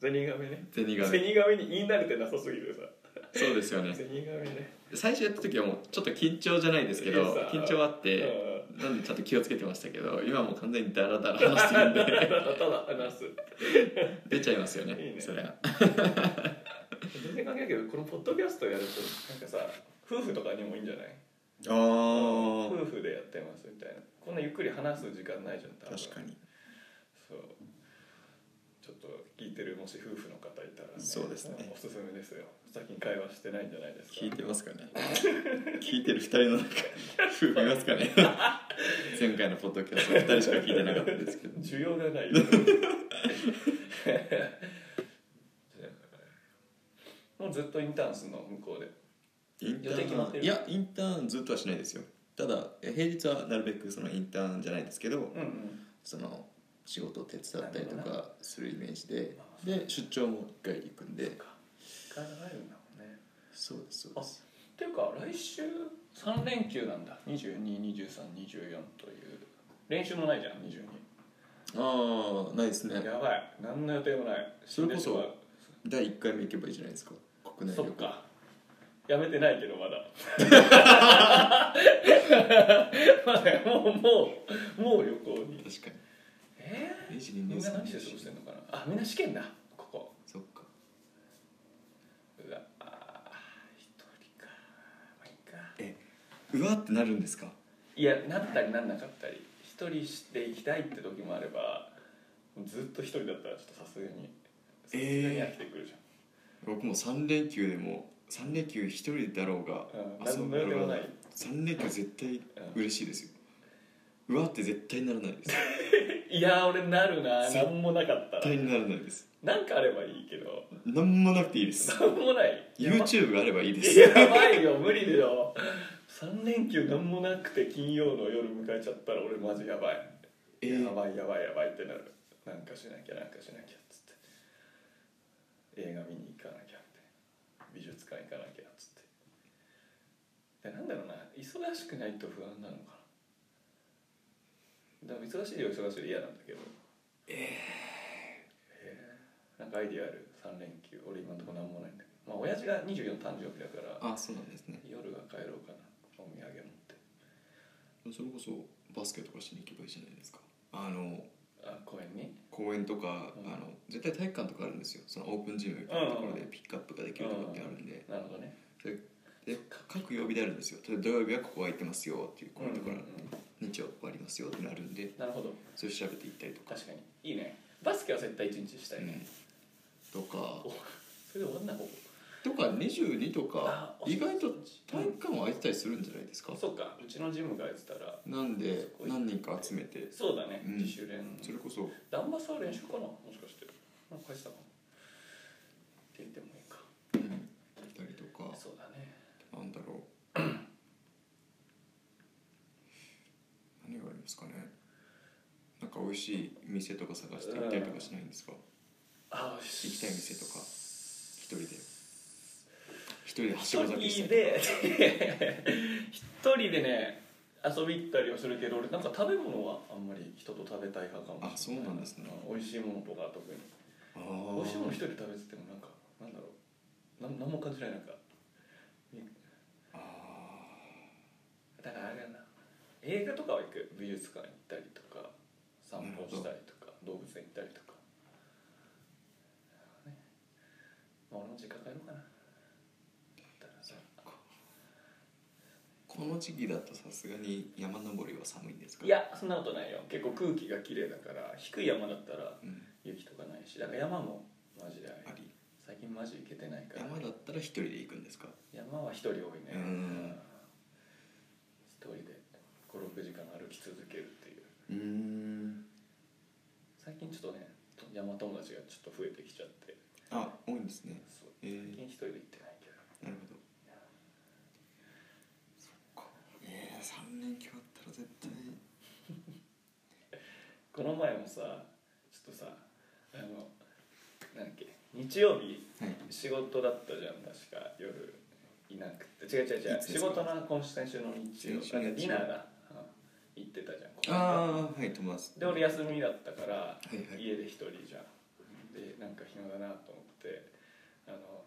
S1: ゼニガメね
S2: ゼニ
S1: ゼ
S2: ガメ
S1: ニガメに言い慣れてなさすぎてさ
S2: そうですよね
S1: ゼニガメね
S2: 最初やった時はもうちょっと緊張じゃないですけど
S1: いいさ
S2: 緊張あっ
S1: うん
S2: てなんでちゃんと気をつけてましたけど今はもう完全にダラダラ話してるんで
S1: ただただ話す
S2: 出ちゃいますよね
S1: いいね
S2: それは
S1: 全然関係ないけどこのポッドキャストやるとなんかさ夫婦とかにもいいんじゃない
S2: あ
S1: 夫婦でやってますみたいなこんなゆっくり話す時間ないじゃん多分
S2: 確かに
S1: そうちょっと聞いてるもし夫婦の方いたら、
S2: そうですね
S1: おすすめですよ最近会話してないんじゃないですか
S2: 聞いてますかね聞いてる二人の中夫婦います かね前回のポッドキャスト二人しか聞いてなかったですけど
S1: 需要がないよ もうずっとインターンするの向こうで
S2: インタ
S1: 予定決まってる
S2: ーンいやインターンずっとはしないですよただえ平日はなるべくそのインターンじゃないですけど、
S1: うんうん
S2: その仕事を手伝ったりと
S1: なるほど
S2: かするイメージで
S1: まあ
S2: で出張も一回行くんで
S1: そっか時間があるんだもんね
S2: そうですそうです
S1: っていうか来週3連休なんだ222324という練習もないじゃん22
S2: ああないですね
S1: やばい何の予定もない
S2: それこそ
S1: 死んでし
S2: 第1回目行けばいいじゃないですか国
S1: まう
S2: 内
S1: そ
S2: 旅
S1: っ
S2: 行
S1: かやめてないけどまだ まだもうもうもう旅行に
S2: 確か
S1: え
S2: に
S1: ー、みんな何して過ごしてんの
S2: そ
S1: かなあみんな試験だここ
S2: っか
S1: うわあー一人かまあいいか
S2: うわってなるんですか
S1: いやなったりなんなかったり一人して行きたいって時もあればずっと一人だったらちょっとさすがにさすがに飽きてくるじゃ
S2: 僕も3連休でも3連休一人だろうが
S1: うん
S2: 遊ぶだ
S1: 何の予定も
S2: ろう
S1: な
S2: が
S1: い
S2: 3連休絶対嬉しいですようわって絶対ならないです絶
S1: いやー俺なるな
S2: そう
S1: 何もなかったら
S2: 対にならないです
S1: なんかあればいいけど
S2: なんもなくていいです
S1: なんもない
S2: YouTube があればいいです
S1: やばいよ無理でしょ3連休なんもなくて金曜の夜迎えちゃったら俺マジやばい、
S2: えー
S1: やばいやばいやばいってなるなんかしなきゃなんかしなきゃっつって映画見に行かなきゃって美術館行かなきゃっつってでなんだろうな忙しくないと不安なのかなでも忙しいよ忙しいで嫌なんだけどえー、なんかアイディアある3連休俺今のところ何もないんだけどまあ親父が24誕生日だから
S2: あそうなんですね
S1: 夜は帰ろうかなお土産持って
S2: それこそバスケとかしに行けばいいじゃないですかあの
S1: あ公園に
S2: 公園とか、
S1: うん
S2: あの絶対体育館とかあるんですよそのオープンジムみたいなところでピックアップができるとこってあるんで、
S1: なるほどね
S2: で各曜日であるんですよ例えば土曜日はここ空いてますよっていうこういうところ、
S1: うんうんう
S2: 日曜ここありますよってなるんで
S1: んなるほど
S2: それ調べていったりとか
S1: 確かにいいねバスケは絶対一日したいね、
S2: とか
S1: おそれで終わんなここと
S2: か22とか
S1: あお
S2: 意外と体育館は空いてたりするんじゃないですか、
S1: そっかうちのジムがやってたら
S2: なんで
S1: そこ
S2: 何人か集めて
S1: そうだね、
S2: うん
S1: 自主練
S2: それこそ
S1: ダンバスは練習かなもしかしてなんか返したかもって言ってもいいか
S2: うん行ったりとか
S1: そうだね
S2: なんだ ろう何がありますかねなんか美味しい店とか探して行ったりとかしないんですか
S1: あ
S2: 行きたい店とか一人で一人ではしご酒し
S1: 一人
S2: たり
S1: で一人でね遊び行ったりはするけど俺なんか食べ物はあんまり人と食べたい派かも
S2: あそうなんですね
S1: うん美味しいものとか特に
S2: あ
S1: 美味しいもの一
S2: ー
S1: 人で食べててもなんかなんだろうなんなんも感じないなんか
S2: あ
S1: だからあれやな映画とかは行く美術館行ったりとか散歩したりとか動物園行ったりとか、ねまあ、俺も実家帰ろうかなだったらさ
S2: この時期だとさすがに山登りは寒いんですか
S1: いやそんなことないよ結構空気が綺麗だから低い山だったら
S2: うん
S1: 雪とかないしだから山もマジであ
S2: あ
S1: り
S2: り
S1: 最近マジ行けてないから
S2: 山だったら一人で行くんですか
S1: 山は一人多いね
S2: うん
S1: 一人で56時間歩き続けるっていう
S2: うん
S1: 最近ちょっとね山友達がちょっと増えてきちゃって
S2: あ多いんですね
S1: そう
S2: え
S1: 最
S2: ー
S1: 近一人で行ってないけど
S2: なるほどそっかえー、3連休あったら絶対
S1: この前もさちょっとさあのなんだっけ日曜日
S2: はい
S1: 仕事だったじゃん確か夜いなくて違う違う違
S2: いうつで
S1: 仕
S2: すか
S1: 事の今週先週の日曜
S2: 先週の日
S1: なんかディナ
S2: 曜
S1: ーだ、うん行ってたじゃんこの間
S2: ああはい友達
S1: で俺休みだったから、
S2: いはい
S1: 家で一人じゃんでなんか暇だなと思ってあの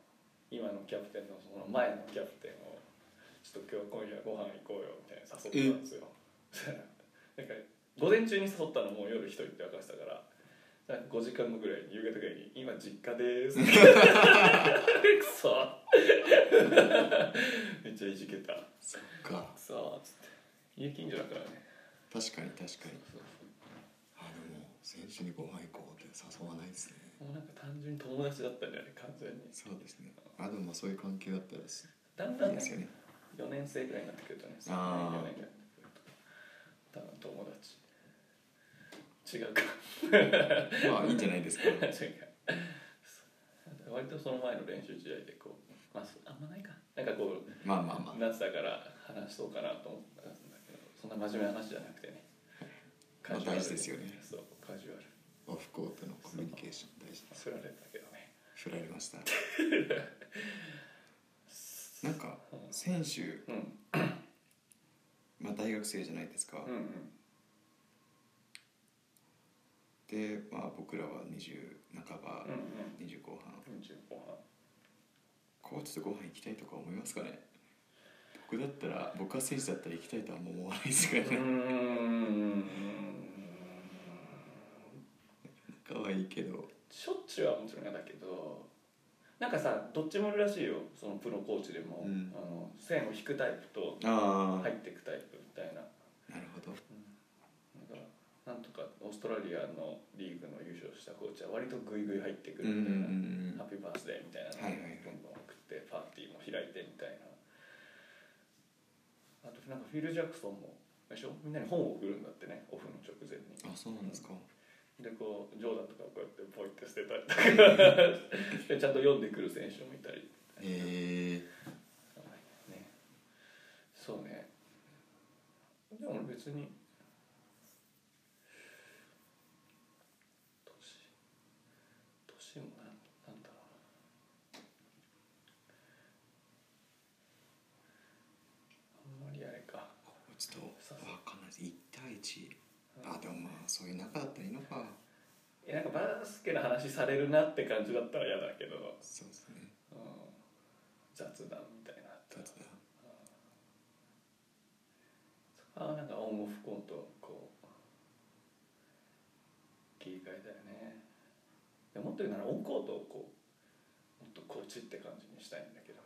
S1: 今のキャプテンのその前のキャプテンをちょっと今日今夜ご飯行こうよみたいな誘ったんですよ なんか午前中に誘ったのもう夜一人って明かしたからなんか5時間後ぐらいに夕方ぐらいに「今実家です」くそ めっちゃいじけたく
S2: そっか
S1: そつって家近所だからね
S2: 確かに確かに
S1: そうそう
S2: あでも先週にご飯行こうって誘わないですね
S1: もうなんか単純に友達だったんだよね完全に
S2: そうですねあでもまあそういう関係だったらす
S1: だん
S2: い
S1: だ
S2: い
S1: んね
S2: ですよね
S1: 4年生ぐらいになってくるとね3
S2: あー
S1: 年4年ぐらいになってくると多分友達違うか
S2: まあいいんじゃないですか
S1: 違うかそう割とその前の練習試合でこうまあそあんまないかなんかこう
S2: まあまあまあ
S1: 夏だから話そうかなと思ったんだけどそんな真面目な話じゃなくてね
S2: まあ大事ですよね
S1: そうカジュアル
S2: オフコートのコミュニケーション大事
S1: 振られたけどね
S2: 振られましたなんか先週、
S1: うん
S2: まあ、大学生じゃないですか、
S1: うんうん
S2: で、まあ、僕らは20半ば、
S1: うんうん
S2: 20後半
S1: 40後半
S2: こうちょっとご飯行きたいとか思いますかね僕だったら僕は選手だったら行きたいとはあんま思わないですから
S1: うー
S2: ね
S1: ん
S2: 可愛いけど
S1: しょっちゅうはもちろん嫌だけどなんかさどっちもいるらしいよそのプロコーチでも、
S2: うん
S1: あの線を引くタイプと
S2: ああ、
S1: 入っていくタイプみたいな
S2: なるほど
S1: なんかなんとかオーストラリアのリーグの優勝したコーチは割とグイグイ入ってく
S2: うん
S1: るみたい
S2: うん
S1: な、ハ
S2: うん
S1: ッピーバースデーみたいなの
S2: はいはいはい
S1: どんどん送ってパーティーも開いてみたいなあとなんかフィル・ジャクソンもでしょみんなに本を送るんだってねオフの直前に
S2: あそうなんですか
S1: でこう冗談とかをこうやってポイって捨てたりとか でちゃんと読んでくる選手もいたり、
S2: へえ
S1: ね、そうねでも俺別に年年もなんなんだろうなあんまりあれか
S2: ちょっとわかんないです1対1あでもまあそういう仲だったらいいのか
S1: いやなんかバスケの話されるなって感じだったら嫌だけど、うん、
S2: そうですね
S1: 雑談みたいな
S2: だってな
S1: そこはなんかオンオフコントこう切り替えだよねでもっと言うならオンコートをこうもっとコーチって感じにしたいんだけどね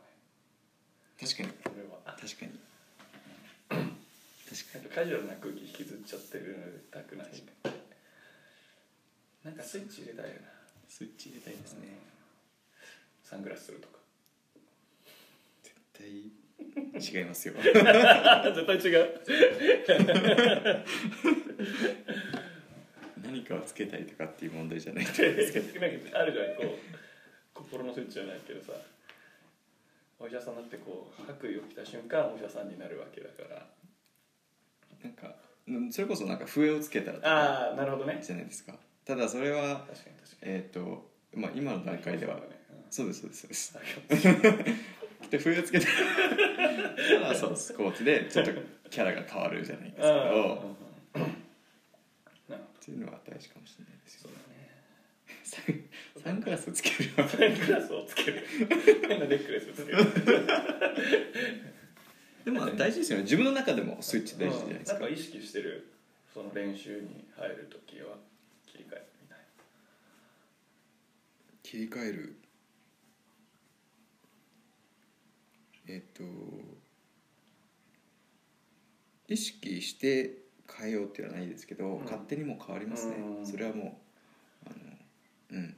S2: 確かに
S1: 俺はなんか
S2: 確かに確か
S1: カ
S2: に
S1: ジュアルな空気引きずっちゃってるたくないなんかスイッチ入れたいよな
S2: スイッチ入れたいですね
S1: サングラスするとか
S2: 絶対違います よ
S1: 絶対違 う
S2: 何かをつけたりとかっていう問題じゃないと
S1: ってなんかあるじゃないこう心のスイッチじゃないけどさお医者さんだってこう白衣を着た瞬間お医者さんになるわけだから
S2: なんかうんそれこそなんか笛をつけたらとか
S1: ああなるほどね
S2: じゃないですかただそれは
S1: 確かに確か
S2: えっ、とまあ今の段
S1: に
S2: 階では
S1: そうだね
S2: そうですそうですそうです
S1: うん
S2: で笛をつけたらただそうですコーチでちょっとキャラが変わるじゃないですけど
S1: う
S2: っ
S1: んなるほど
S2: ていうのは大事かもしれないです
S1: そ
S2: よ
S1: うだね
S2: サンサングラスをつけるのは
S1: サングラスをつける変なネックレスをつける
S2: でも大事ですよね自分の中でもスイッチ大事じゃないです
S1: うん
S2: か
S1: なんか意識してるその練習に入る時は切り替えるみたいな
S2: 切り替えるえっと意識して変えようっていうのはないですけど、
S1: ん
S2: 勝手にもう変わりますね、
S1: うん
S2: それはもうあのうん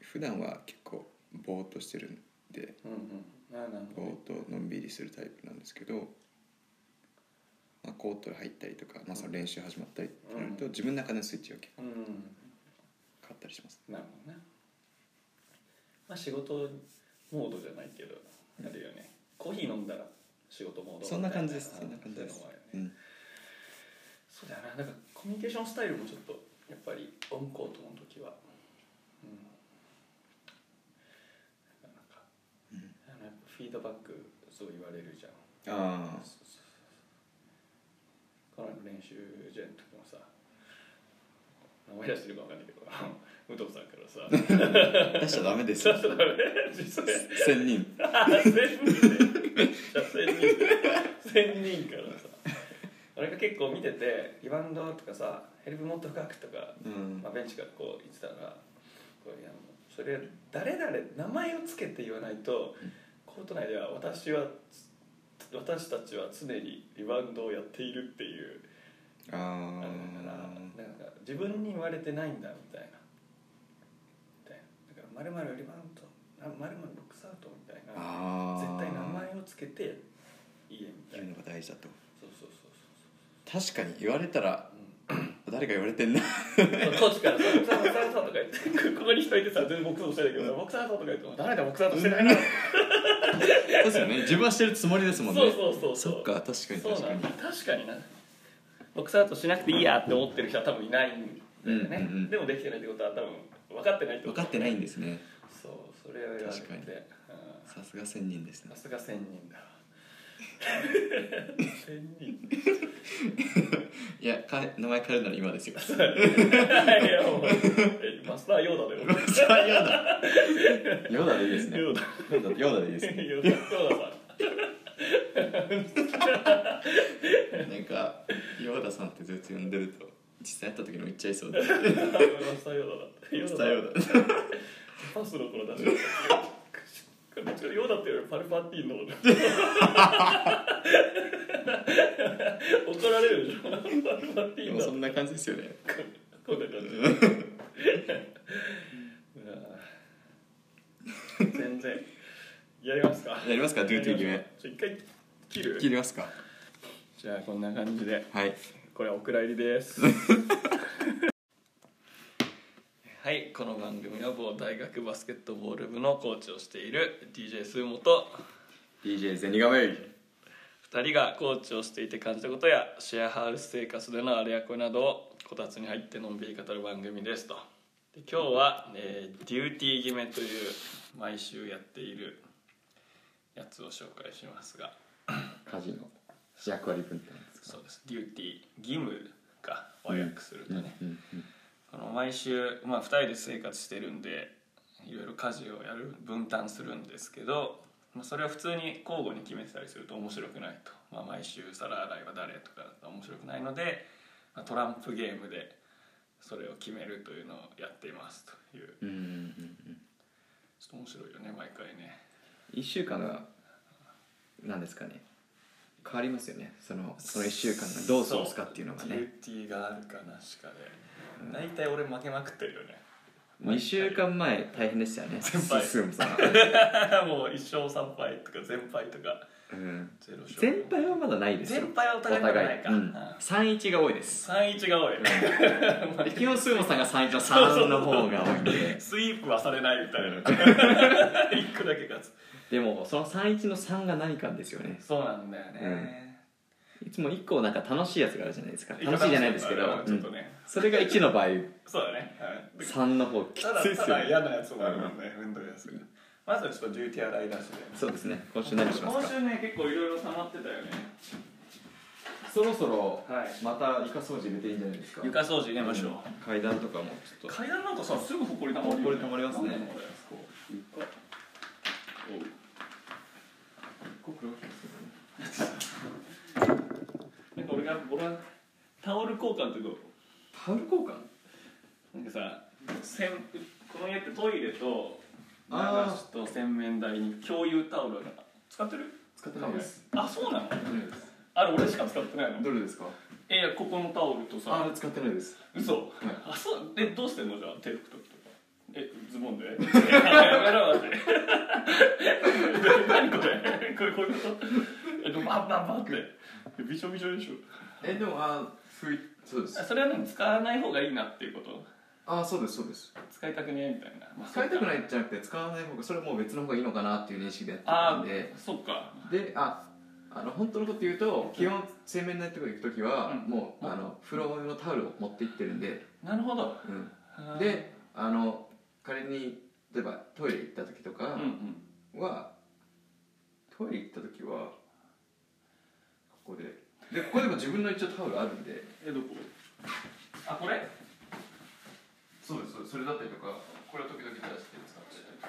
S2: 普段は結構ぼーっとしてるんで
S1: うんうんああなる
S2: ぼ
S1: ほど
S2: ーっとのんびりするタイプなんですけど、まあ、コートに入ったりとか、まあ、その練習始まったりってなると、
S1: うん
S2: 自分の中のスイッチが結
S1: うん
S2: 構変わったりします
S1: なるほどねまあ仕事モードじゃないけどあるよね、コーヒー飲んだら仕事モード
S2: そんな感じで
S1: みた
S2: すそ
S1: い
S2: んな感じです
S1: そういうのもあるよね
S2: うん
S1: そうだよななんかコミュニケーションスタイルもちょっとやっぱりオンコートの時はうんなんかあのやっぱフィードバックそう言われるじゃん
S2: ああ
S1: この前の練習試合の時もさ思い出してるかわかんないけどあの武藤さんからさ
S2: 出しちゃダメです
S1: ちょ
S2: よ
S1: っとダメ実際
S2: 千人
S1: あ千人ねじゃあ千人千人からさ俺が結構見ててリバウンドとかさヘルプもっと深くとか、
S2: うん
S1: まあ、ベンチからこう言ってたらこういやもうそれ誰々名前をつけて言わないとコート内では私は私たちは常にリバウンドをやっているっていう
S2: あ
S1: あれだからなんか自分に言われてないんだみたいなみたいなだから「まるリバウンド」あ「まるロックスアウト」みたい
S2: あ
S1: な
S2: あ
S1: 絶対名
S2: を
S1: 前をつけて言えみた
S2: 言
S1: いうな
S2: のが大事だと
S1: そうそうそうそ
S2: 確かに言われたら
S1: う、うん
S2: 誰か言われてんな
S1: 当時からさ「ボクサーボクサー」とか言ってここに人いて さ全然ボクサーしてないけどさ「ボクサー」とか言っても「誰だボクサーとしてないな」
S2: そうですよね自分はしてるつもりですもんね
S1: そうそうそうそう
S2: そっか確かに
S1: そう
S2: 確
S1: な
S2: か
S1: ん
S2: に
S1: だ確かになボクサーとしなくていいやって思ってる人は多分いないんだよね、
S2: うんうんうん
S1: でもできてないってことは多分分かってないってこ
S2: 分
S1: と
S2: か
S1: だ
S2: ってないんですね
S1: そうそれを言われて
S2: 確かに
S1: うん
S2: さすが千人ですね
S1: さすが千人だ 千人
S2: いやか名前変えるなら今 ですよ
S1: いやもうえマスターヨーダだよ
S2: それ は嫌だヨダでいいですね
S1: ヨーダ
S2: ヨダでいいですね
S1: ヨーダヨーダさ
S2: なんかヨダさんってずっと呼んでると実際会った時にも言っちゃいそうで
S1: んマスターヨーダだった
S2: ヨダヨ
S1: ダ
S2: ダ
S1: パスの頃出してたこっちのヨーダっていうよりパルパティーンの方だ怒られるでしょパルパティー
S2: で
S1: ン
S2: も
S1: だ
S2: そんな感じですよね
S1: こんな感じうわぁ全然やりますか
S2: やりますかドゥーティー決め
S1: ちょ一回切る
S2: 切りますか
S4: じゃあこんな感じで
S2: はい
S4: これはお蔵入り です
S1: はいこの番組は某大学バスケットボール部のコーチをしている DJ スーモと
S2: DJ ゼニガメ
S1: 2人がコーチをしていて感じたことやシェアハウス生活でのあれやこれなどをこたつに入ってのんびり語る番組ですとで今日は、えーデューティー決めという毎週やっているやつを紹介しますが
S2: 家事の役割分担ですか
S1: そうですデューティー義務か和訳すると
S2: うんう
S1: ね、
S2: んうん
S1: あの毎週、まあ、2人で生活してるんでいろいろ家事をやる分担するんですけど、まあ、それを普通に交互に決めてたりすると面白くないと、まあ、毎週皿洗いは誰とかだと面白くないので、まあトランプゲームでそれを決めるというのをやっていますという
S2: うんうんうんうん
S1: ちょっと面白いよね毎回ね
S2: 1週間が何ですかね変わりますよねそのその1週間がどう過ごすかっていうのが
S1: デュー
S2: ね
S1: ティーがあるかなしかで大体俺負けまくってるよね
S2: 2週間前大変でしたよね
S1: 先輩
S2: すすむさん、
S1: もう一勝3敗とか全敗とか
S2: うん、
S1: ゼロ勝
S2: 全敗はまだないですよ
S1: 全敗はお
S2: お
S1: 互いまだな
S2: 互
S1: い
S2: い、
S1: か、
S2: うん、31が多いです
S1: 31が多い
S2: で基本スーモさんが31の3の方が多いんで
S1: スイープはされないみた いな一個だけ勝つ
S2: でもその31の3が何かですよね
S1: そうなんだよね、
S2: いつも1個なんか楽しいやつがあるじゃないですか
S1: 言い方
S2: 楽しいじゃないですけど、
S1: ちょっと
S2: うん
S1: ね、
S2: それが1の場合
S1: そうだね、はい
S2: 3の方きつ
S1: ただ
S2: いっす
S1: た
S2: よ
S1: だ嫌
S2: ね
S1: なやつもあるもんね運動やつがまずはちょっとデューティー洗い出し
S2: そうですね今週
S1: で
S2: 何しますか
S1: 今週ね結構いろいろ溜まってたよね
S2: そろそろ
S1: はい
S2: また床掃除入れていいんじゃないですか
S1: 床掃除入れましょう、
S2: 階段とかもちょっと
S1: 階段なんかさすぐほこり溜まるよね
S2: ほこり溜まりますね
S1: なんだこれなんか俺が俺はタオル交換ってどう
S2: タオル交換
S1: なんかさ洗この家ってトイレと流
S2: あー
S1: しと洗面台に共有タオルが使ってる
S2: 使って
S1: あそうなのあれ俺しか使ってないの
S2: どれですか
S1: えいやここのタオルとさ
S2: れ使ってないです
S1: 嘘、あそうえどうしてんのじゃあ手拭く時とかえズボンでい ややめろ待って 何これこれこういうことえでもバンバンバンってえびしょびしょでしょ
S2: えでもあふいそうで
S1: あそれは何使わない方がいいなっていうこと
S2: あそうですそうです
S1: 使いたくねえみたいな、まあ
S2: 使いたくないじゃなくて使わない方がそれもう別の方がいいのかなっていう認識でやってた
S1: あ
S2: んで
S1: あそっか
S2: でああの本当のこと言うと基本洗面台とか行く時は、
S1: うん
S2: もうあの風呂用のタオルを持って行ってるんで、
S1: なるほど
S2: うん
S1: あー
S2: であの仮に例えばトイレ行った時と
S1: う
S2: か
S1: んうん
S2: は、トイレ行った時はここででここでも自分の一応タオルあるんで
S1: えどこあこれ
S2: そうですそうですそれだったりとかこれは時々出して使ったりとか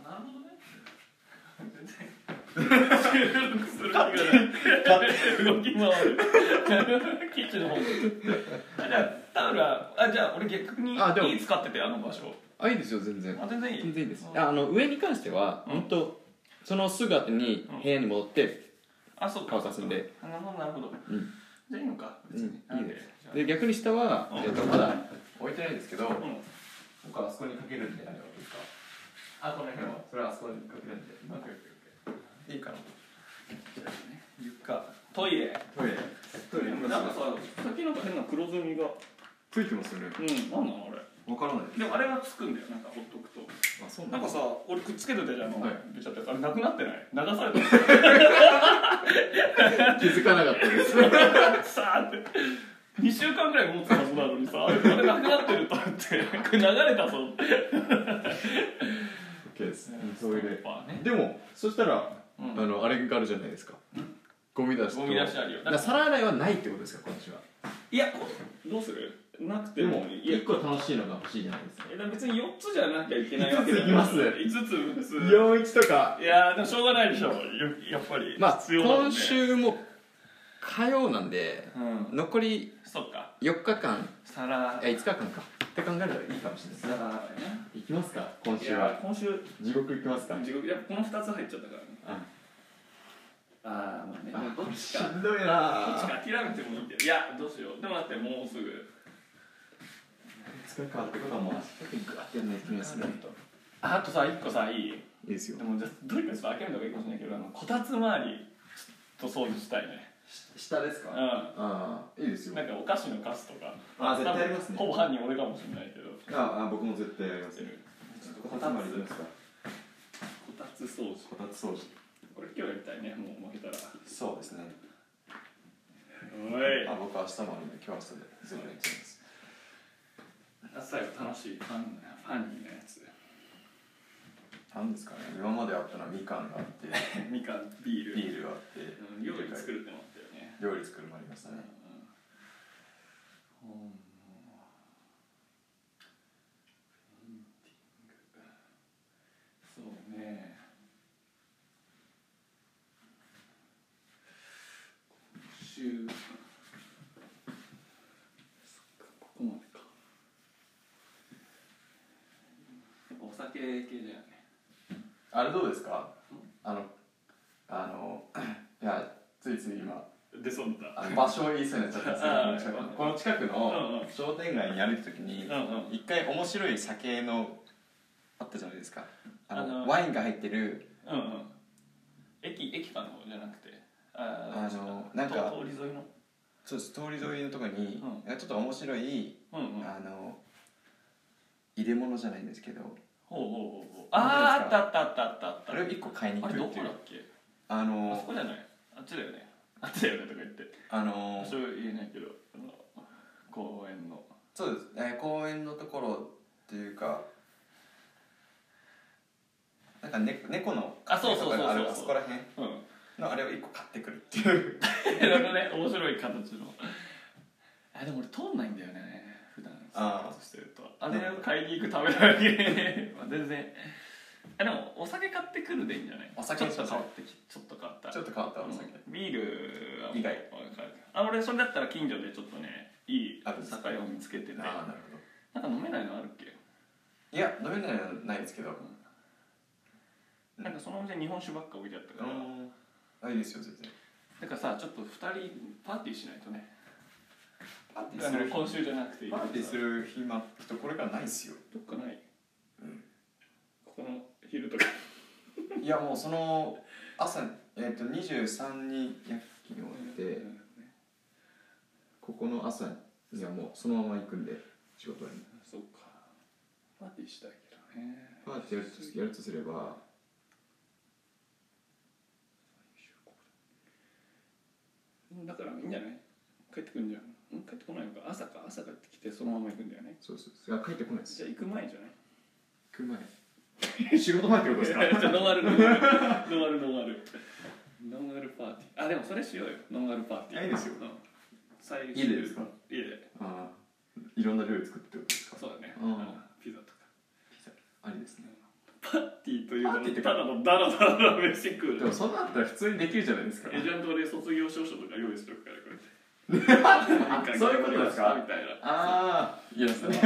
S1: あなるほどね全然収録する気がない動き回るキッチンの方にあじゃあタオルはあじゃあ俺逆に
S2: あでも
S1: いい使っててあの場所
S2: あいいですよ全然
S1: あ全然いい
S2: 全然いいです
S1: あ
S2: あの上に関しては、
S1: うん
S2: 本当そのすぐ後に部屋に戻って
S1: あそっか
S2: 乾かすんで
S1: あなるほどなるほど
S2: うん
S1: じゃあいいのか
S2: うん、
S1: 別に、
S2: いいです
S1: じゃあ
S2: で逆に下は、
S1: うん
S2: えっとまだ置いてないんですけど
S1: うん
S2: 僕はあそこにかけるんであれはいいですか
S1: あこの辺は
S2: それはあそこにかけるんでいいかない
S1: 床トイレ
S2: トイレトイレ
S1: なんかささっきなんか変な黒ずみが
S2: ついてますよね
S1: うんなんなのあれ
S2: わからない
S1: でもあれはつくんだよなんかほっとくと
S2: あそう
S1: なんかさ俺くっつけてたじゃんあの
S2: はい
S1: 出ちゃったやつあれなくなってない流された
S2: 気づかなかったです
S1: さあって2週間くらい持つはずなのにさあれなくなってると 思ってこれ流れたぞ
S2: OK です
S1: ストッパーね
S2: でもそしたら、
S1: うん
S2: あのあれがあるじゃないですかゴミ出しと
S1: ゴミ出しあるよ
S2: だから皿洗いはないってことですか今週はい
S1: やこどうするなくて
S2: で
S1: も
S2: も
S1: いや
S2: 一個楽しいのが欲しいじゃないですか
S1: えだから別に4つじゃなきゃいけないわけだ
S2: 五つい
S1: 5つ6
S2: 陽一とか
S1: ついやーでもしょうがないでしょよやっぱり
S2: まあ
S1: 必要だもんね
S2: 今週も火曜なんで
S1: うん
S2: 残り
S1: そっか
S2: 4日間
S1: 皿
S2: え5日間かって考えるといいかもしれないです
S1: 皿洗いね
S2: 行きますか今
S1: い
S2: 週
S1: や
S2: は
S1: ー今週
S2: 地獄行きますか
S1: 地獄やっぱこの2つ入っちゃったからね
S2: あ
S1: ああまあねでもどっち
S2: し
S1: か
S2: んどい
S1: どっち
S2: な
S1: か諦めてもいいけどいやどうしようでもだってもうすぐ
S2: 5日間ってことはもう明日グワッてやんないといけないですね
S1: ああとさ1個さいい
S2: いいですよ
S1: でもじゃあどれかちょっと諦めた方がいいかもしれないけどあのこたつ周りちょっと掃除したいね
S2: 下ですか
S1: うん
S2: ああいいですよ
S1: なんかお菓子のカスとか
S2: あ絶対ありますね
S1: ほぼ犯人俺かもしれないけど
S2: ああ僕も絶対やります
S1: して
S2: よ
S1: る
S2: ちょっとこたつまでいきますか
S1: こたつ掃除
S2: こたつ掃除
S1: これ今日やりたいねもう負けたら
S2: そうですね
S1: おい
S2: あ僕は明日もあるんで今日は明日で全部やっちゃいます
S1: 最後楽しいファンファンにのやつ
S2: なんですかね今まであったのはみかんがあって
S1: みかんビール
S2: ビールがあって
S1: うん料理作るってのもあったよね
S2: 料理作るもありましたね
S1: うんうんそうね今週そっかここまでかやっぱお酒系だよね
S2: あれどうですかあのあの いやついつい今
S1: 出そうだ
S2: あの場所を言いそうになっちゃったんですけどこの近く
S1: うん
S2: の
S1: うん
S2: 商店街に歩いた時に
S1: うんうん
S2: 一回面白い酒のあったじゃないですかあの
S1: あの
S2: ワインが入ってる
S1: うんうん駅駅かの方じゃなくてあ
S2: あのなんか
S1: 通り沿いの
S2: そうです通り沿いのとこに
S1: うん、
S2: なんかちょっと面白い
S1: うんうん
S2: あの入れ物じゃないんですけど
S1: ほうほうほうほうあ
S2: あ
S1: あ
S2: ー
S1: あったあったあったあったあった
S2: あれを一個買いに行
S1: あ
S2: く
S1: れど
S2: って
S1: こ
S2: い
S1: だ
S2: う
S1: っけ
S2: あ
S1: あそ
S2: の
S1: こじゃないあっちだよねあっちだよねとか言って
S2: あの
S1: それは言えないけどあの公園の
S2: そうです、えー公園のところっていうかなんか、ね、猫の
S1: あそうそうそうそう
S2: とかあるあそこら辺
S1: うん
S2: のあれを一個買ってくるっていう
S1: なるほどね面白い形のあでも俺通んないんだよね普段
S2: あー
S1: 生活してるとあれを買いに行くためだけまあ全然あでもお酒買ってくるでいいんじゃない
S2: お酒
S1: ちょっと変わってきちょっと変わった
S2: ちょっと変わったお酒、
S1: うんビールは
S2: 以外
S1: あ俺それだったら近所でちょっとねいい
S2: あるんですか
S1: 酒屋を見つけてて
S2: ああな
S1: な
S2: るほど
S1: んか飲めないのあるっけ
S2: いや飲めないのはないですけどうん
S1: なんかそのお店日本酒ばっか置いてあったから
S2: あいいですよ全然
S1: だからさちょっと2人パーティーしないとね
S2: パーティー
S1: あ
S2: す
S1: の
S2: る
S1: 今週じゃなくていい
S2: パ
S1: から
S2: ー
S1: さ
S2: ティーする暇きっとこれからないですよ
S1: どっかないここの昼とか
S2: いやもうその朝えっ、と23に夜勤を終えてここの朝にはもうそのまま行くんで仕事に
S1: そうかパーティーしたいけどね
S2: パーティーやるとやるとすれば
S1: だからいいんじゃない帰ってくるんじゃんん帰ってこないのか朝か朝帰ってきてそのまま行くんだよね
S2: そうそうそうあ帰ってこないです
S1: じゃあ行く前じゃない
S2: 行く前仕事前ってことですか
S1: いや じゃあノンアルノンアルノンアルノンアルノンアルパーティーあでもそれしようよノンアルパーティー
S2: あいいですよ
S1: うん最
S2: 家でですか
S1: 家で
S2: ああいろんな料理作ってことですか
S1: そうだね
S2: うん
S1: うんピザとか
S2: ありですね
S1: パーティーというの
S2: パーティーって
S1: も
S2: か
S1: ただのダラダラ飯食う
S2: でもそんなあったら普通にできるじゃないですか
S1: エージェントで卒業証書とか用意しとくからこれ
S2: そういうことですか
S1: みたいな
S2: ああいや それ
S1: で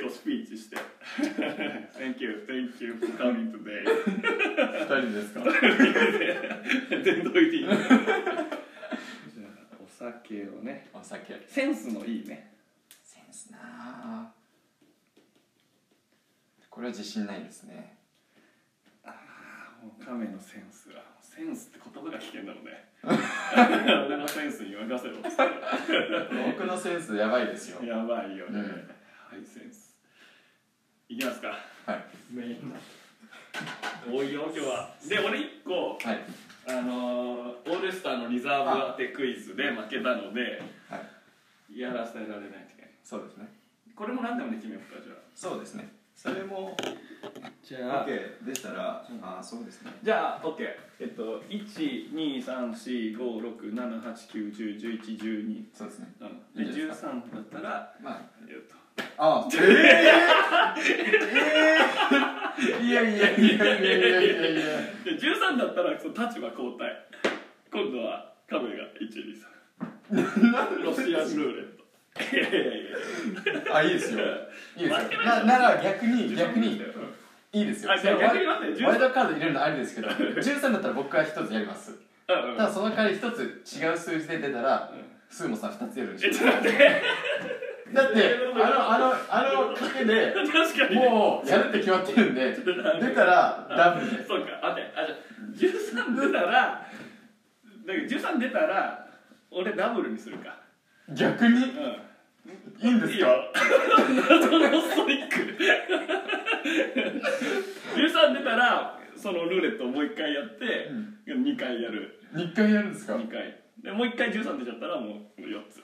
S1: こうスピーチして 「Thank you, thank you for coming today
S2: 二人ですか」
S1: でどいていいじゃあお酒をね
S2: お酒
S1: センスのいいね
S2: センスなあこれは自信ないですね
S1: もう亀のセンスはセンスって言葉が危険だもんね 俺のセンスに任せろっつったら
S2: 僕のセンスやばいですよ
S1: やばいよね、
S2: うん
S1: はいセンスいきますか
S2: はい
S1: メインの多いよ今日はで俺一個
S2: はい
S1: あのー、オールスターのリザーブ当てクイズで負けたので
S2: はい
S1: やらせられないといけない
S2: そうですね
S1: これも何でもで決めようかじゃあ
S2: そうですねそれも
S1: じ
S2: OK でしたらああそうですね
S1: じゃあ OK えっと123456789101112
S2: そうですね
S1: うんで13だったら
S2: まあ
S1: えっと
S2: あ、ええええいやいやいやいやいやいやいや。
S1: で13だったらその立場交代今度はカメが123ロシアンルーレットいやいやいや
S2: あ、いいですよ。いいですよ。な、なら逆に、逆に、いいですよ。
S1: あじゃあ逆に待って
S2: ワイドカード入れるのありですけど、13だったら僕は一つやります。
S1: うんうん
S2: ただその代わり一つ違う数字で出たら、スーモさん二つやるんでし
S1: え
S2: ょ。
S1: ちょっと待って
S2: だって、あの、あの、あの賭けで、
S1: 確かに
S2: もうやるって決まってるんで、出たらダブルで。
S1: そうか待ってあじゃあ13出たら
S5: だけど13出たら俺ダブルにするか
S6: 逆
S5: う
S6: に
S5: ん
S6: いいんで
S5: い
S6: す
S5: いよ
S6: か
S5: 謎のストイック13出たらそのルーレットをもう1回やって、2回やる
S6: 二回やるんですか
S5: 2回でもう1回13出ちゃったらもう4つ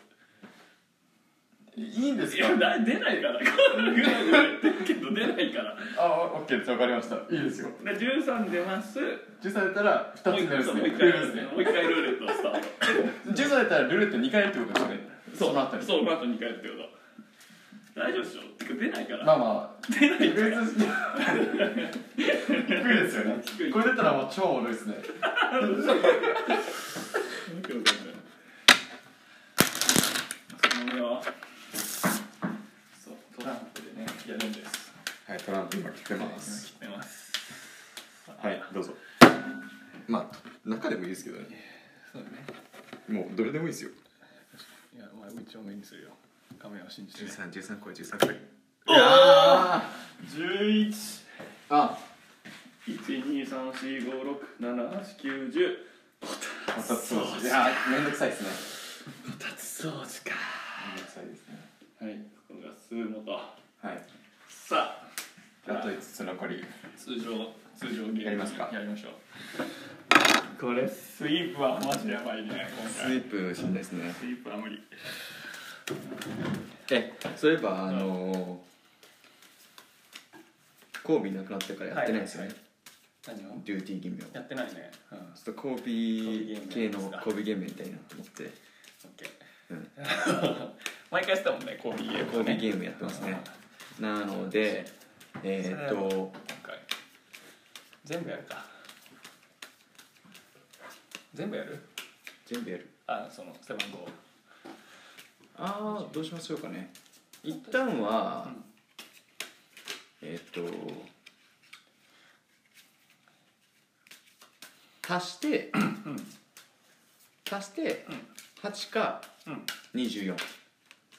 S6: いいんです
S5: い
S6: か
S5: やだ出ないから このぐらいぐらい言ってるけど出ないから
S6: あオッケーですわかりましたいいですよ
S5: で13出ます
S6: 10歳だったら
S5: も
S6: 2
S5: う
S6: つに
S5: 一
S6: な
S5: 回
S6: るんですね
S5: もう一
S6: ル
S5: 回
S6: ールですね
S5: もう一回ルーレットをスタート
S6: 10歳だったらルーレット2回やるってことですよね
S5: そう
S6: のあたり
S5: そうこの後2回やってこと大丈夫でしょてか出ないから
S6: まあまあ
S5: 出ない
S6: 確
S5: から
S6: 率低いですよね
S5: 低い
S6: これ出たらもう超おもろいですね
S5: 頼むよそうトランプでねやるんです
S2: はいトランプ今切ってます
S5: 知ってます
S2: はいどうぞまあ中でもいいですけどね
S1: そうだね
S2: もうどれでもいいですよ
S1: いやまあうちを目にするよ亀を信じて
S2: 13、13個、13個。
S6: あ
S5: 11
S6: ーあ
S5: 1 2 3 4 5 6 7 8 9 10
S6: またそういやーめんどくさいですね
S5: 立つ掃除か
S6: めんどくさいですね
S5: はいこれが数元
S6: はい
S5: さあ
S6: あと5つ残り
S5: 通常通常ゲーム
S6: やりますか
S5: やりましょうこれスイープはマジやばいね今回
S2: ープしんどいですね
S5: スイープは無理
S2: えそういえばあのー、コービー亡くなってからやってないですよね、
S1: 何を
S2: デューティーゲームを
S1: やってないねうんオッ
S2: ちょっとコービー系のコービーゲームやりたいなと思って
S1: ケー
S2: うん
S1: 毎回したもんねコーヒー
S2: コービーゲームやってますねなのでえー、っと
S1: 今回全部やるか全部やる
S2: 全部やる
S1: あその背番号
S2: ああどうしましょうかね一旦は、えーっと足して、足して8か
S1: うん
S2: 24、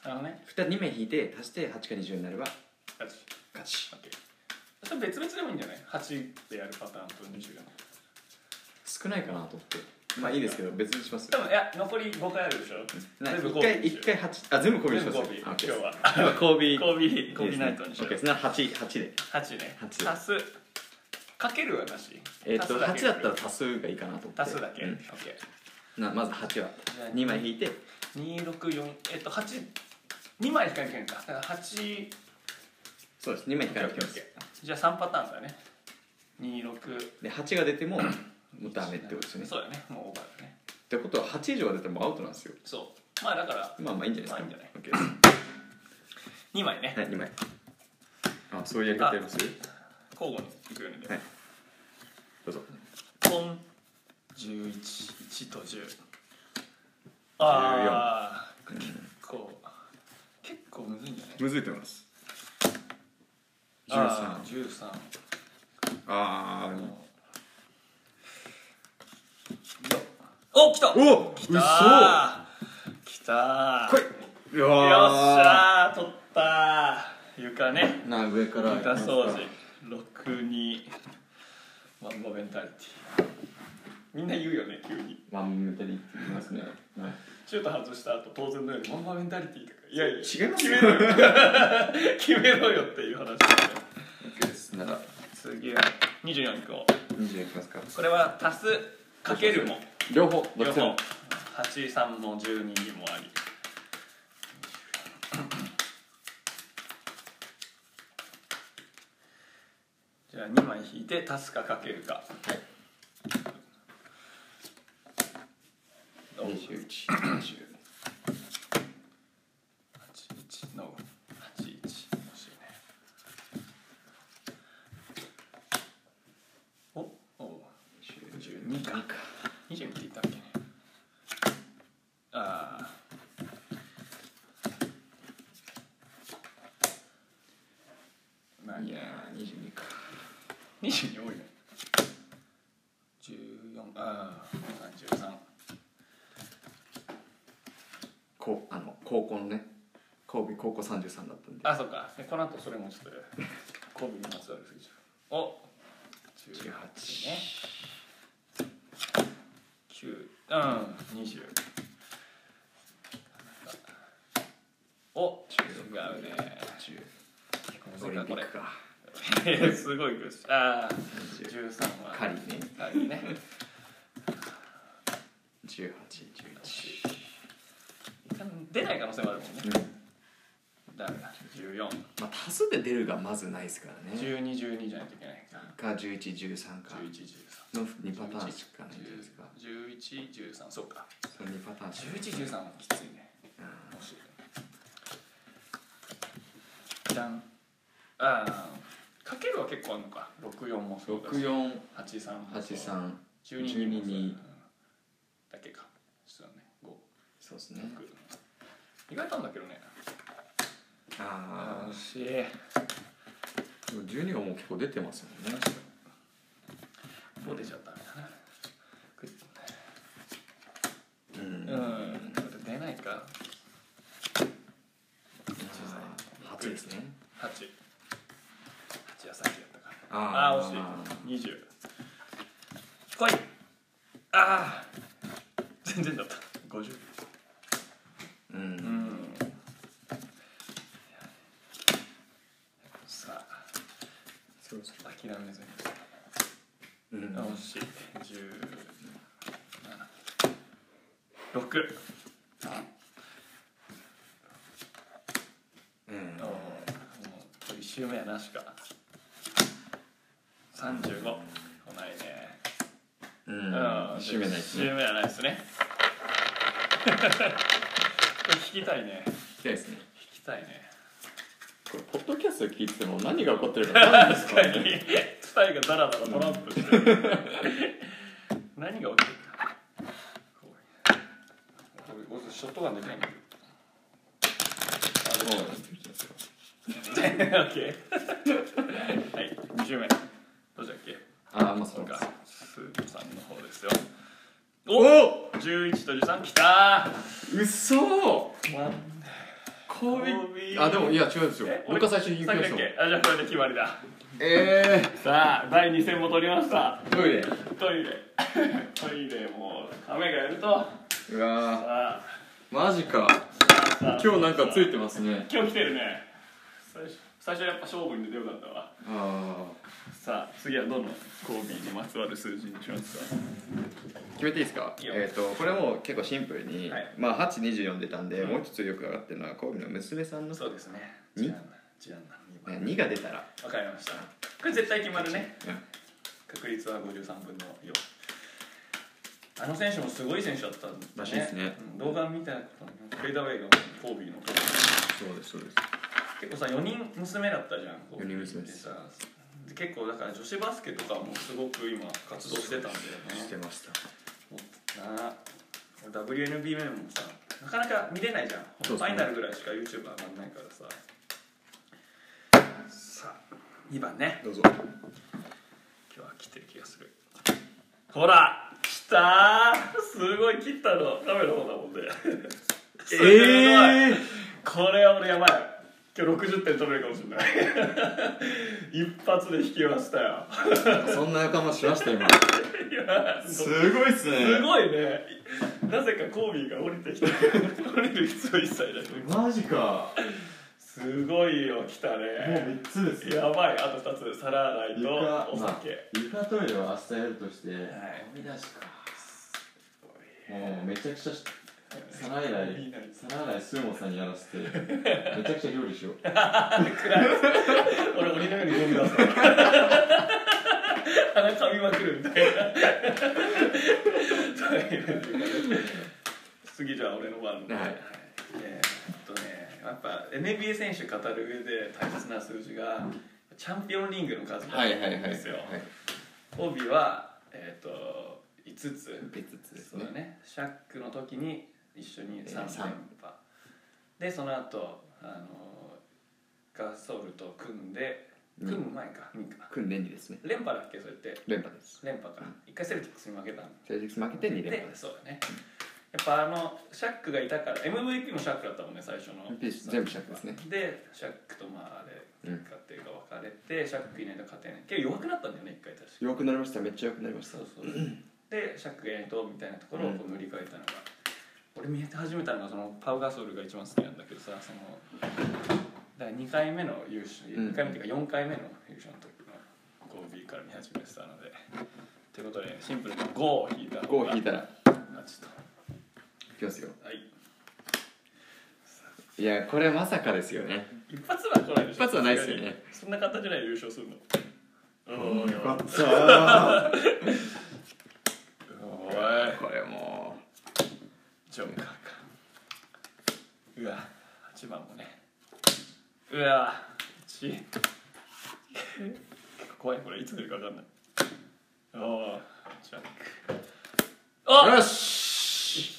S1: あのね
S2: 二人2名引いて足して8か24になれば
S1: 勝ち
S2: 勝ち
S1: オッケーそれ別々でもいいんじゃない8でやるパターンと24
S2: 少ないかなと思ってまあいいですけど別にします
S1: 多分いや残り5回あるでしょ
S2: な
S1: 全部
S2: 一
S1: コービーに
S2: 回
S1: しよ
S2: 一
S1: う
S2: 回八あ全部コービーに
S1: 全
S2: し
S1: 部
S2: ま
S1: コー
S2: す
S1: ビー今
S2: あ OK
S1: 日
S2: です
S1: は
S2: 今日はコービー
S1: コービーコ
S2: い
S1: ー
S2: い
S1: ビー
S2: です
S1: ナ
S2: ね
S1: イトにしよ
S2: OK
S1: う
S2: ですな八八で
S1: 8ね
S2: 八
S1: 足すかけるはなし
S2: えーっと
S1: 足
S2: 8
S1: すけ
S2: だったら多数がいいかなと思って
S1: 足すだけ
S2: う
S1: オッ
S2: ん
S1: ケ
S2: なまず8は
S1: じゃあ
S2: 2枚引いて
S1: ー264えっと82枚引かなきゃいけないかだから8
S2: そうです2枚引かなきゃいけないです
S1: じゃあ3パターンだね26
S2: で8が出てももうダメってことですね
S1: そうだねもうオーバーだね
S2: ってことは8以上が出てもアウトなんですよ
S1: そうまあだから
S2: まあまあいいんじゃないですか
S1: まあいいんじゃない
S2: OK です
S1: 2枚ね
S2: はい2枚あそういうやり方やります
S1: 交互にいくよね
S2: はいどうぞ
S1: ポン111と10ああ結構結構むずいんじゃない
S2: むずいと思います
S1: あー13
S2: あ
S1: あ
S2: ー
S1: のお来た
S2: おう
S1: 来たー来たー
S2: 来いいや
S1: よっしゃー取ったー床ね
S2: な上からやり
S1: 床
S2: ますか
S1: 掃除62マンボメンタリティみんな言うよね急に
S6: ワンメタリーって言いますねはい
S1: シュート外した後当然のようにマンボメンタリティとかいやいや
S2: 違います
S1: 決めろよ決めろよっていう話だよ
S2: OK ですなら
S1: 次は24いこ
S2: 20いきますか
S1: うこれは足すかけるも
S6: 両方ど
S1: 両
S6: っちで
S1: 方
S6: も
S1: 83も12にもありじゃあ2枚引いて足すかかけるかお
S2: 2120
S1: 81の81欲しいねおお22か22って言ったっけねああまあい
S2: い
S1: や
S2: やー22か
S1: 22多いね14ああ33
S2: こうあの高校のね神戸高校33だったんで
S1: あ、そうか。でこの後それもちょっと神戸にまつわるフィーチャー。お、十八ね。十うん二十お違うね十
S2: オリンピックか
S1: これすごいグッああ十三は
S2: 狩りね
S1: 仮ね
S2: 1811
S1: 出ない可能性もあるもんね
S2: うん
S1: だから十四
S2: まあ多数で出るがまずないですからね
S1: 十二十二じゃないといけないか
S2: か1113か
S1: 十一十三
S2: の2パターンしかないんじゃないですか
S1: 十一十三そうか
S2: その2パターン
S1: 十
S2: しかない
S1: 一十三はきついね
S2: うん
S1: 面白いじゃんああかけるは結構あるのか六四もそうだし八三
S2: 八三
S1: 十二二
S2: 12に
S1: だけかそうだね五
S2: そうですね
S1: 六意外とあんだけどね
S2: あ
S1: 惜しい
S2: あでも12がもう結構出てますもんね
S1: もう出ちゃったみたいなくっ
S2: う
S1: うんんこれ出ないか
S2: 8ですね
S1: 八八はさっきやったかあ
S2: あ
S1: あー惜しい20来いああ全然だった50
S2: う
S1: うんんさあ
S2: そうです
S1: 諦めずに
S2: うん
S1: 惜しい176
S2: うん
S1: もう1周目やなしか35来ないね
S2: うん
S1: うん
S2: 締めないですね
S1: 締めはないですねこれ聞きたいね
S2: 聞きたいですね
S1: 聞きたいね
S2: これポッドキャスト聞いてても何が起こってるか分かんないです
S1: 確
S2: か
S1: からに
S2: ね
S1: 二人がダラダラトランプしてる何が起きてるかこう俺俺ショットガンで きないんだけど
S2: もう
S1: あでも OK はい2周目どうじゃっけ
S2: ああまあそ
S1: そう
S2: う
S1: か
S2: か、
S1: スープさんの方ですよ。おお、十一と十三きた
S2: うそ
S1: ー。ワン。
S2: コ
S1: ビ
S2: ビあでもいや違うんですよ
S1: え
S2: 僕は最初に行き
S1: 先
S2: ま
S1: だっ
S2: し
S1: たけ。あ、じゃあこれで決まりだ。
S2: え
S1: さあ、第二戦も取りました。
S2: ー、トイレ
S1: トイレ。 トイレもう雨がやると。
S2: うわ
S1: あ
S2: ーマジか
S1: ー、さあ
S2: 今日なんかついてますね
S1: 今日来てるね。最初最初やっぱ勝負に出てよかったわ。
S2: あ
S1: さあ、次はどのコービーにまつわる数字にしますか。
S2: あ決めていいですか
S1: いいよ
S2: えっ、とこれも結構シンプルに、
S1: はい
S2: まあ824出たんで、
S1: うん
S2: もう一つよく上がってるのはコービの娘さんの、ね、
S1: そうですね。
S2: に
S1: ジアンナ、ジアンナ二番。
S2: 2が出たら
S1: わかりました。これ絶対決まるね。
S2: う
S1: 確率は53分の4あの選手もすごい選手だったんだ、ね、
S2: らしいですね
S1: うん動画見たことないフェイダーウェイがコービーの
S2: んそうですそうです
S1: 結構さ4人娘だったじゃんコービー
S2: 四人娘です
S1: さで結構だから女子バスケとかもすごく今活動してたんだよ
S2: して
S1: ね
S2: ました
S1: なあ俺 WNBA もさなかなか見れないじゃん、
S2: そう
S1: フ
S2: ですね
S1: ァイナルぐらいしか YouTube 上がんないからささあ2番ね
S2: どうぞ
S1: 今日は切ってる気がするほら来たーすごい切ったのカメラの方だもんねすごい、
S2: え
S1: これは俺やばい今日60点取れるかもしれない一発で引きましたよ
S2: ー、そんな仲間しました今
S1: いや
S2: す
S1: す
S2: ごいっすね
S1: ごいねなぜかコービーが降りてきた降りる必要一切ない
S2: マジか
S1: すごいよ来たね
S2: 3つです
S1: やばいあと2つ皿洗いとお酒、
S2: 床トイレは明日やるとしてゴ
S1: い
S2: ミ出しかもうめちゃくちゃし皿洗
S1: いい
S2: い
S1: な
S2: 皿洗いスーモさんにやらせてめちゃくちゃ料理しよう
S1: 俺鬼のようにゴミ出す鼻噛みまくるみたいな次じゃあ俺の番
S2: はい
S1: えーっとねやっぱ NBA 選手語る上で大切な数字がチャンピオンリングの数だと思うんですよ帯はえーっと5つ
S2: 別つです
S1: そうだ
S2: ね
S1: ねシャックの時に一緒に
S2: えー
S1: 3連
S2: 三
S1: 覇でその後あのガソルと組んで
S2: うん
S1: 組む前か2か
S2: 訓練にですね
S1: 連覇だっけそれって
S2: 連覇です
S1: 連覇か1回セルティックスに負けたん
S2: セルティックス負けて2連
S1: で
S2: 覇です
S1: そうだねやっぱあのシャックがいたから MVP もシャックだったもんね最初の
S2: MVP 全部シャックですね
S1: でシャックとまああれ
S2: うん
S1: 結果っていうか別れてシャックいないと勝てないけど弱くなったんだよね一回確か
S2: 弱くなりましためっちゃ弱くなりました
S1: そうそうで釈永とみたいなところをこう塗り替えたのが、俺見えて始めたのがそのパウ・ガソルが一番好きなんだけどさそのだから2回目の優勝、
S2: ん
S1: 2回目っていうか4回目の優勝の時の 5B から見始めてたのでということでシンプルに5を引いた
S2: 5引いた
S1: ら
S2: ら
S1: ちょっ
S2: いきますよ
S1: とはい
S2: いやこれまさかですよね
S1: 一発は来ないでしょ
S2: 一発はないですよね
S1: そんな簡単じゃないよ優勝するのおーいおい
S2: これも
S1: ジョンカーかうわ8番もねうわ1結構怖いこれいつ出るか分かんないおおジャック
S2: う
S1: あ
S2: よし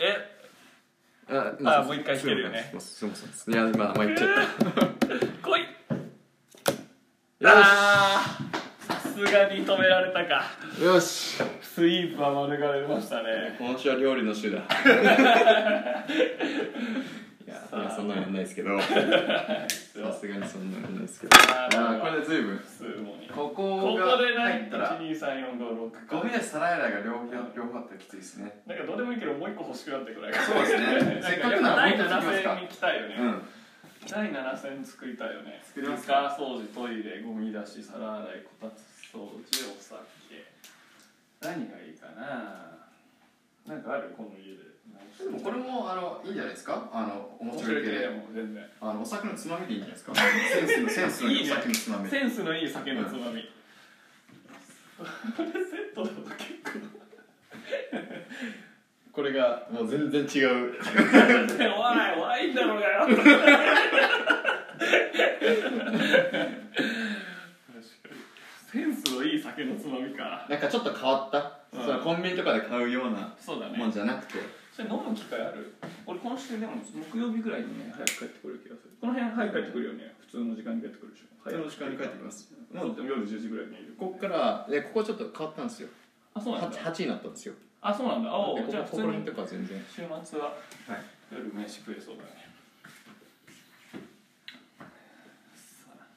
S1: え
S2: あ
S1: あもう一回引けるよね
S2: もうそうそうそういやまあまあ言っちゃった
S1: 来い
S2: よ
S1: あーさすがに止められたか
S2: しよし
S1: スイープは免れましたね
S2: 今週は料理の週だ いやい やそんなのやんないですけどさすがにそんなのやんないですけど
S1: あ
S2: い
S1: ー
S2: やこれで随分
S1: スーモにこ
S2: ここ
S1: こ
S2: が
S1: で
S2: 入
S1: ね
S2: ったら
S1: 12345
S2: ゴミ
S1: か
S2: 出し皿洗いが両方両方あったらきついですね
S1: なんかどうでもいいけどもう一個欲しくなってくらい
S2: そうですね せっかくなら
S1: 第
S2: もう一個作りますか
S1: 7戦に来たいよね、
S2: うん
S1: 第7戦作りたいよね
S2: 作ります
S1: 床掃除トイレゴミ出し皿洗いこたつ掃除お酒何がいいかななんかあるこの家で
S2: でもこれもあのいいんじゃないですかあの面
S1: 面
S2: 白
S1: 白
S2: い
S1: い
S2: 系
S1: け
S2: で
S1: ども全然
S2: あのお酒のつまみでいいんじゃないですかセンスのセンスのいいお酒のつまみ
S1: センスのいい酒のつまみ、これセットだと結構
S2: これがもう全然違う
S1: 全然おいワインだろうがよ確かにセンスのいい酒のつまみか
S2: なんかちょっと変わった、
S1: うん
S2: そのコンビニとかで買うような
S1: そうだね
S2: もんじゃなくて、
S1: それ飲む機会ある俺今週でも木曜日ぐらいにね早く帰ってくる気がするこの辺早く帰ってくるよね普通の時間に帰ってくるでしょ
S2: 普通の時間に帰ってきます
S1: もう夜10時ぐらいにいる
S2: ここからでここちょっと変わったんですよ
S1: あそうなんだ
S2: 8, 八になったんですよ
S1: あそうなんだあお
S2: で
S1: う
S2: こ
S1: じゃあ
S2: こ
S1: 普
S2: こ
S1: 通
S2: こら
S1: に
S2: 辺とかは全然
S1: 週末は
S2: はい
S1: 夜飯食えそうだねさあ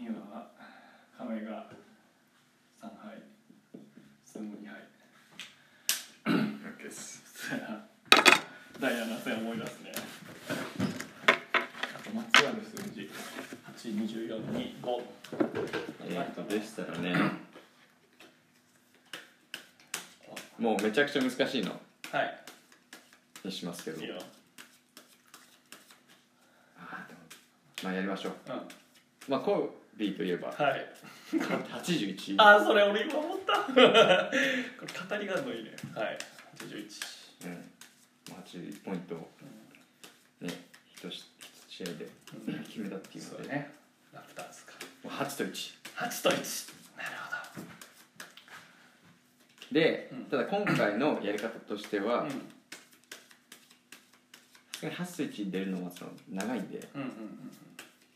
S1: 今は亀が3杯スム2杯
S2: OK です
S1: そしたらダイヤの線思い出すねあとまつわる数字824に5
S2: えっとでしたらね もうめちゃくちゃ難しいの
S1: はい
S2: にしますけど
S1: いいよ
S2: あーでもまあやりましょう
S1: うんは
S2: まあコービーといえば
S1: い
S2: 81
S1: ああそれ俺今思 ったこれ語りがあるのいいねはい81
S2: うん、まあ8ポイントをね、1試合で決めたっていうの
S1: そう
S2: で、
S1: だねラプターズか
S2: もう8と1。
S1: 8と1なるほ
S2: で
S1: うん、
S2: ただ今回のやり方としては、
S1: ど
S2: 8と1出るのはその長いんで、
S1: うんうんうんうん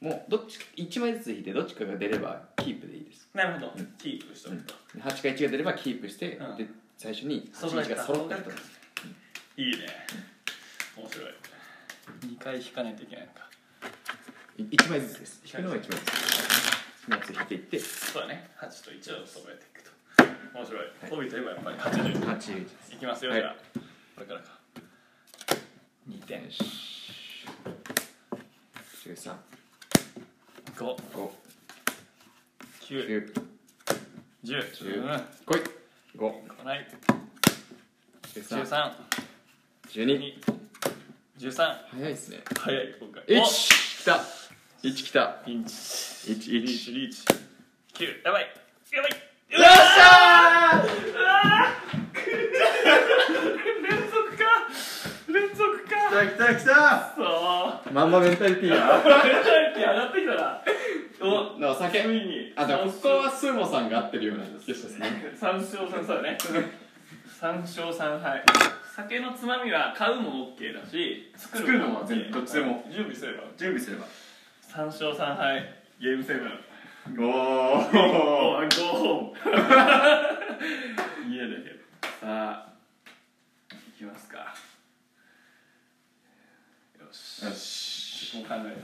S2: もうどっちか1枚ずつ引いて、どっちかが出ればキープでいいです。
S1: なるほど
S2: うん
S1: キープしとくと
S2: 8か1が出ればキープして、
S1: うん
S2: で最初に8
S1: 揃えた
S2: 1が揃った
S1: い
S2: 人。
S1: いね面白い2回引かないといけないのか
S2: 1枚ずつです。引くのは1枚ずつ。1枚ずつ引いていって、
S1: そうだね8と1を揃えていくと面白い帯といえばやっぱり80
S2: 8、
S1: いきますよ、
S2: はい
S1: じゃあこれからか2点
S2: 1、3、
S1: 5
S2: 5、
S1: 9
S2: 9、
S1: 10
S2: 10
S1: うん
S2: 来い !5、
S1: 来ない
S2: 13、
S1: 13
S2: 12。
S1: 13
S2: 早いですね。
S1: 早い今回
S2: 一
S1: お
S2: 来た一来た
S1: ピンチ
S2: 一
S1: リー
S2: 一
S1: チリーチ9やばいやばい
S2: よっしゃー
S1: 連続か連続か
S2: 来た来た来た
S1: そう
S2: マンマメンタリティー
S1: メンタリティ上がってきたなお
S2: のお
S1: つい
S2: 酒
S1: に
S2: あでもここはスーモさんが合ってるような気がしますね
S1: 3勝3そうだね3勝3敗酒のつまみは買うも OK だし作
S2: るのも OK どっちでも
S1: 準備すれば
S2: 準備すれば
S1: 3勝3敗ゲームセブン
S2: お
S1: お
S2: お
S1: いゴーホーム家だけどさあ行きますかよし
S2: よし
S1: もう考えたんで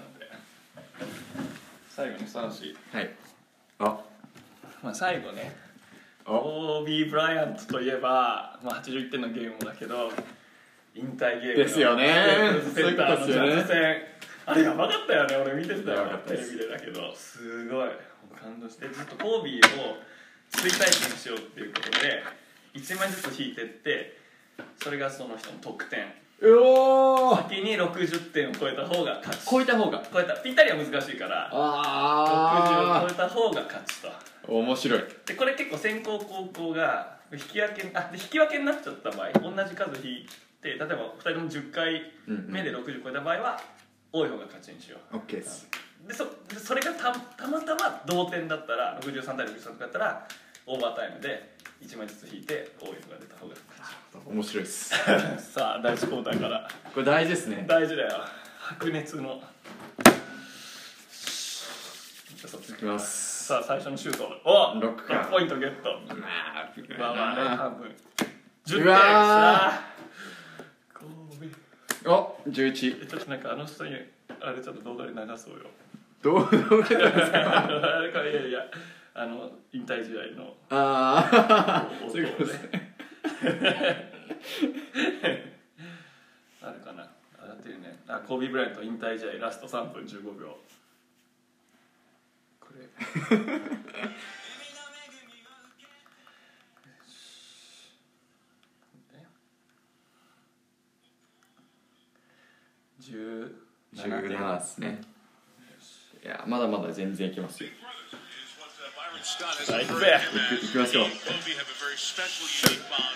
S1: 最後にふさわしい
S2: はいあ
S1: まあ最後ねボービー・ブライアントといえば、まあ、81点のゲームだけど引退ゲームの
S2: ですよね
S1: センターのジャッジ戦、あれやばかったよね俺見てたよ
S2: やばかった
S1: テ
S2: で
S1: レ
S2: す
S1: ビでだけどすごいもう感動してずっとコービーを追体験しようっていうことで1枚ずつ引いてってそれがその人の得点
S2: うおー
S1: 先に60点を超えた方が勝ち
S2: 超えた方が
S1: 超えたぴったりは難しいから60
S2: あ
S1: を超えた方が勝ちと
S2: あ面白い
S1: でこれ結構先攻後攻が引き分けあで引き分けになっちゃった場合同じ数引いて例えば2人とも10回目で60超えた場合は多い方が勝ちにしよ
S2: オッケーです
S1: うでそでそれがたたまたま同点だったら63対63とかだったらオーバータイムで1枚ずつ引いて多い方が出た方が
S2: 面白いです
S1: 勝ち さあ第1クォーターから
S2: これ大事ですね
S1: 大事だよ白熱の嘘つ
S2: い
S1: け
S2: きます
S1: さあ最初のシュートお
S2: ロックか
S1: 6ポイントゲット
S2: まあ危ない
S1: まあまあね
S2: な
S1: 半分10点
S2: うわ
S1: さあ神
S2: お11
S1: 戸ちょっとなんかあの人にあれちょっと動画で流そうよ
S2: どうどうけたんですか
S1: あれこれいやいやあの引退試合の
S2: ああ
S1: 音
S2: そういうことです
S1: ねあるかなあやってるねあコービー・ブライアント引退試合ラスト3分15秒これ17点
S2: 17ですねいやまだまだ全然いけますよ
S1: ナイス
S2: いくいきましょう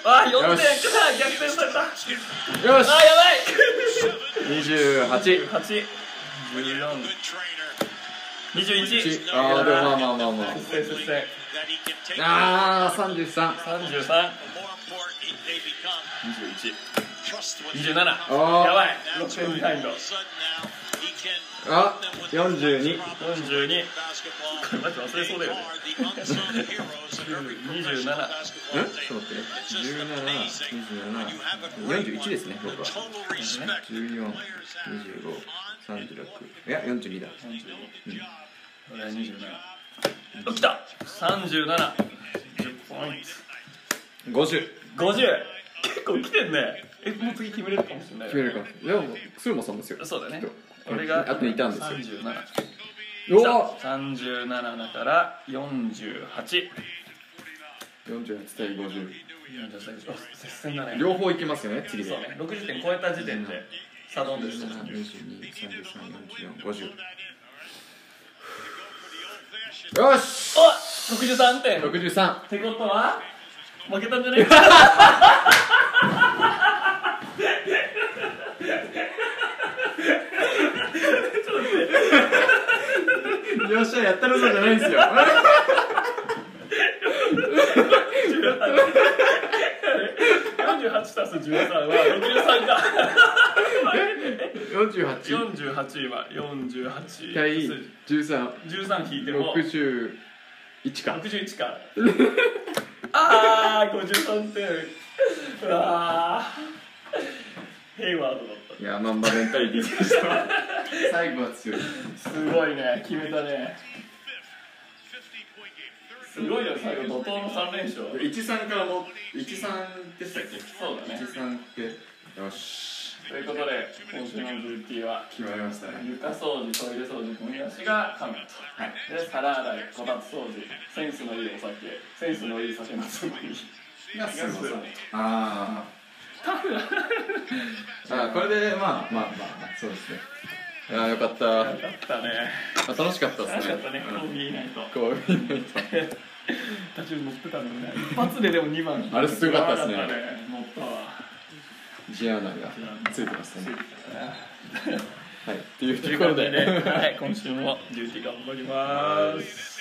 S1: あ四4点か
S2: よし
S1: 逆転されたあ
S2: よし
S1: やばい
S2: 28
S1: 8 14 21
S2: ああでもまあまあまあまあ
S1: 接戦
S2: ああ三十三。
S1: 33 21 27や
S2: おー
S1: ばい6点ビハインド
S2: あ四十二。
S1: 42これマジ忘れそうだよね
S2: うん？ちょっと待って。十七、二十七、四十一ですね。僕は。十四、二十五、三十六。いや四十二だ。
S1: 俺は27きた3710ポイン
S2: 五十。
S1: ト50結構来てんねえもう次決めれるかもしれない
S2: 決めるかも。でも鶴間さんですよ。
S1: そうだね
S2: きっと
S1: 俺が
S2: あといたんですよ。
S1: 37
S2: う
S1: き
S2: わ。
S1: た37だから48
S2: 四十八対五十。
S1: 接戦だね
S2: 両方いけますよね。次で
S1: そう。ね60点超えた時点でサドンデス
S2: 七、二十二、三十三、四十四、五十。よし。
S1: お63点っ
S2: 六十三。
S1: てことは負けたんじゃないか
S2: よっしゃやったるぞじゃないんですよ
S1: 48足す13は63だ
S2: 48
S1: 48は48
S2: 対13
S1: 13引いても
S2: 61か
S1: 61かああ53点うわあヘイワードだっ
S2: いやマンバメンタリティでした最後は強い
S1: たすごいね決めたねすごいよ最後怒涛の3連勝
S2: 13からも13でしたっ
S1: そうだ
S2: け
S1: ね
S2: 13ってよし
S1: ということで今週の VT は
S2: 決まりましたね
S1: 床掃除、トイレ掃除、ゴミ出しが神と、で皿洗い、こたつ掃除、センスのいいお酒、センスのいい酒のつまみ、
S2: が
S1: すごい
S2: あーあーこれでまあまあまあ、まあ、そうですねいやーよかった、
S1: だったね、
S2: あ、楽しかったですね
S1: 楽しかったね、こう見えないと、
S2: うんこう見ないと
S1: 途中乗ってたのね、一発ででも2番、
S2: あれすごかったっすね
S1: やば乗ったわ、
S2: ジアナがついてますねはいっていう
S1: と
S2: と
S1: いう
S2: ころ
S1: こと
S2: で
S1: でね、はい、今週もデューティー頑張ります。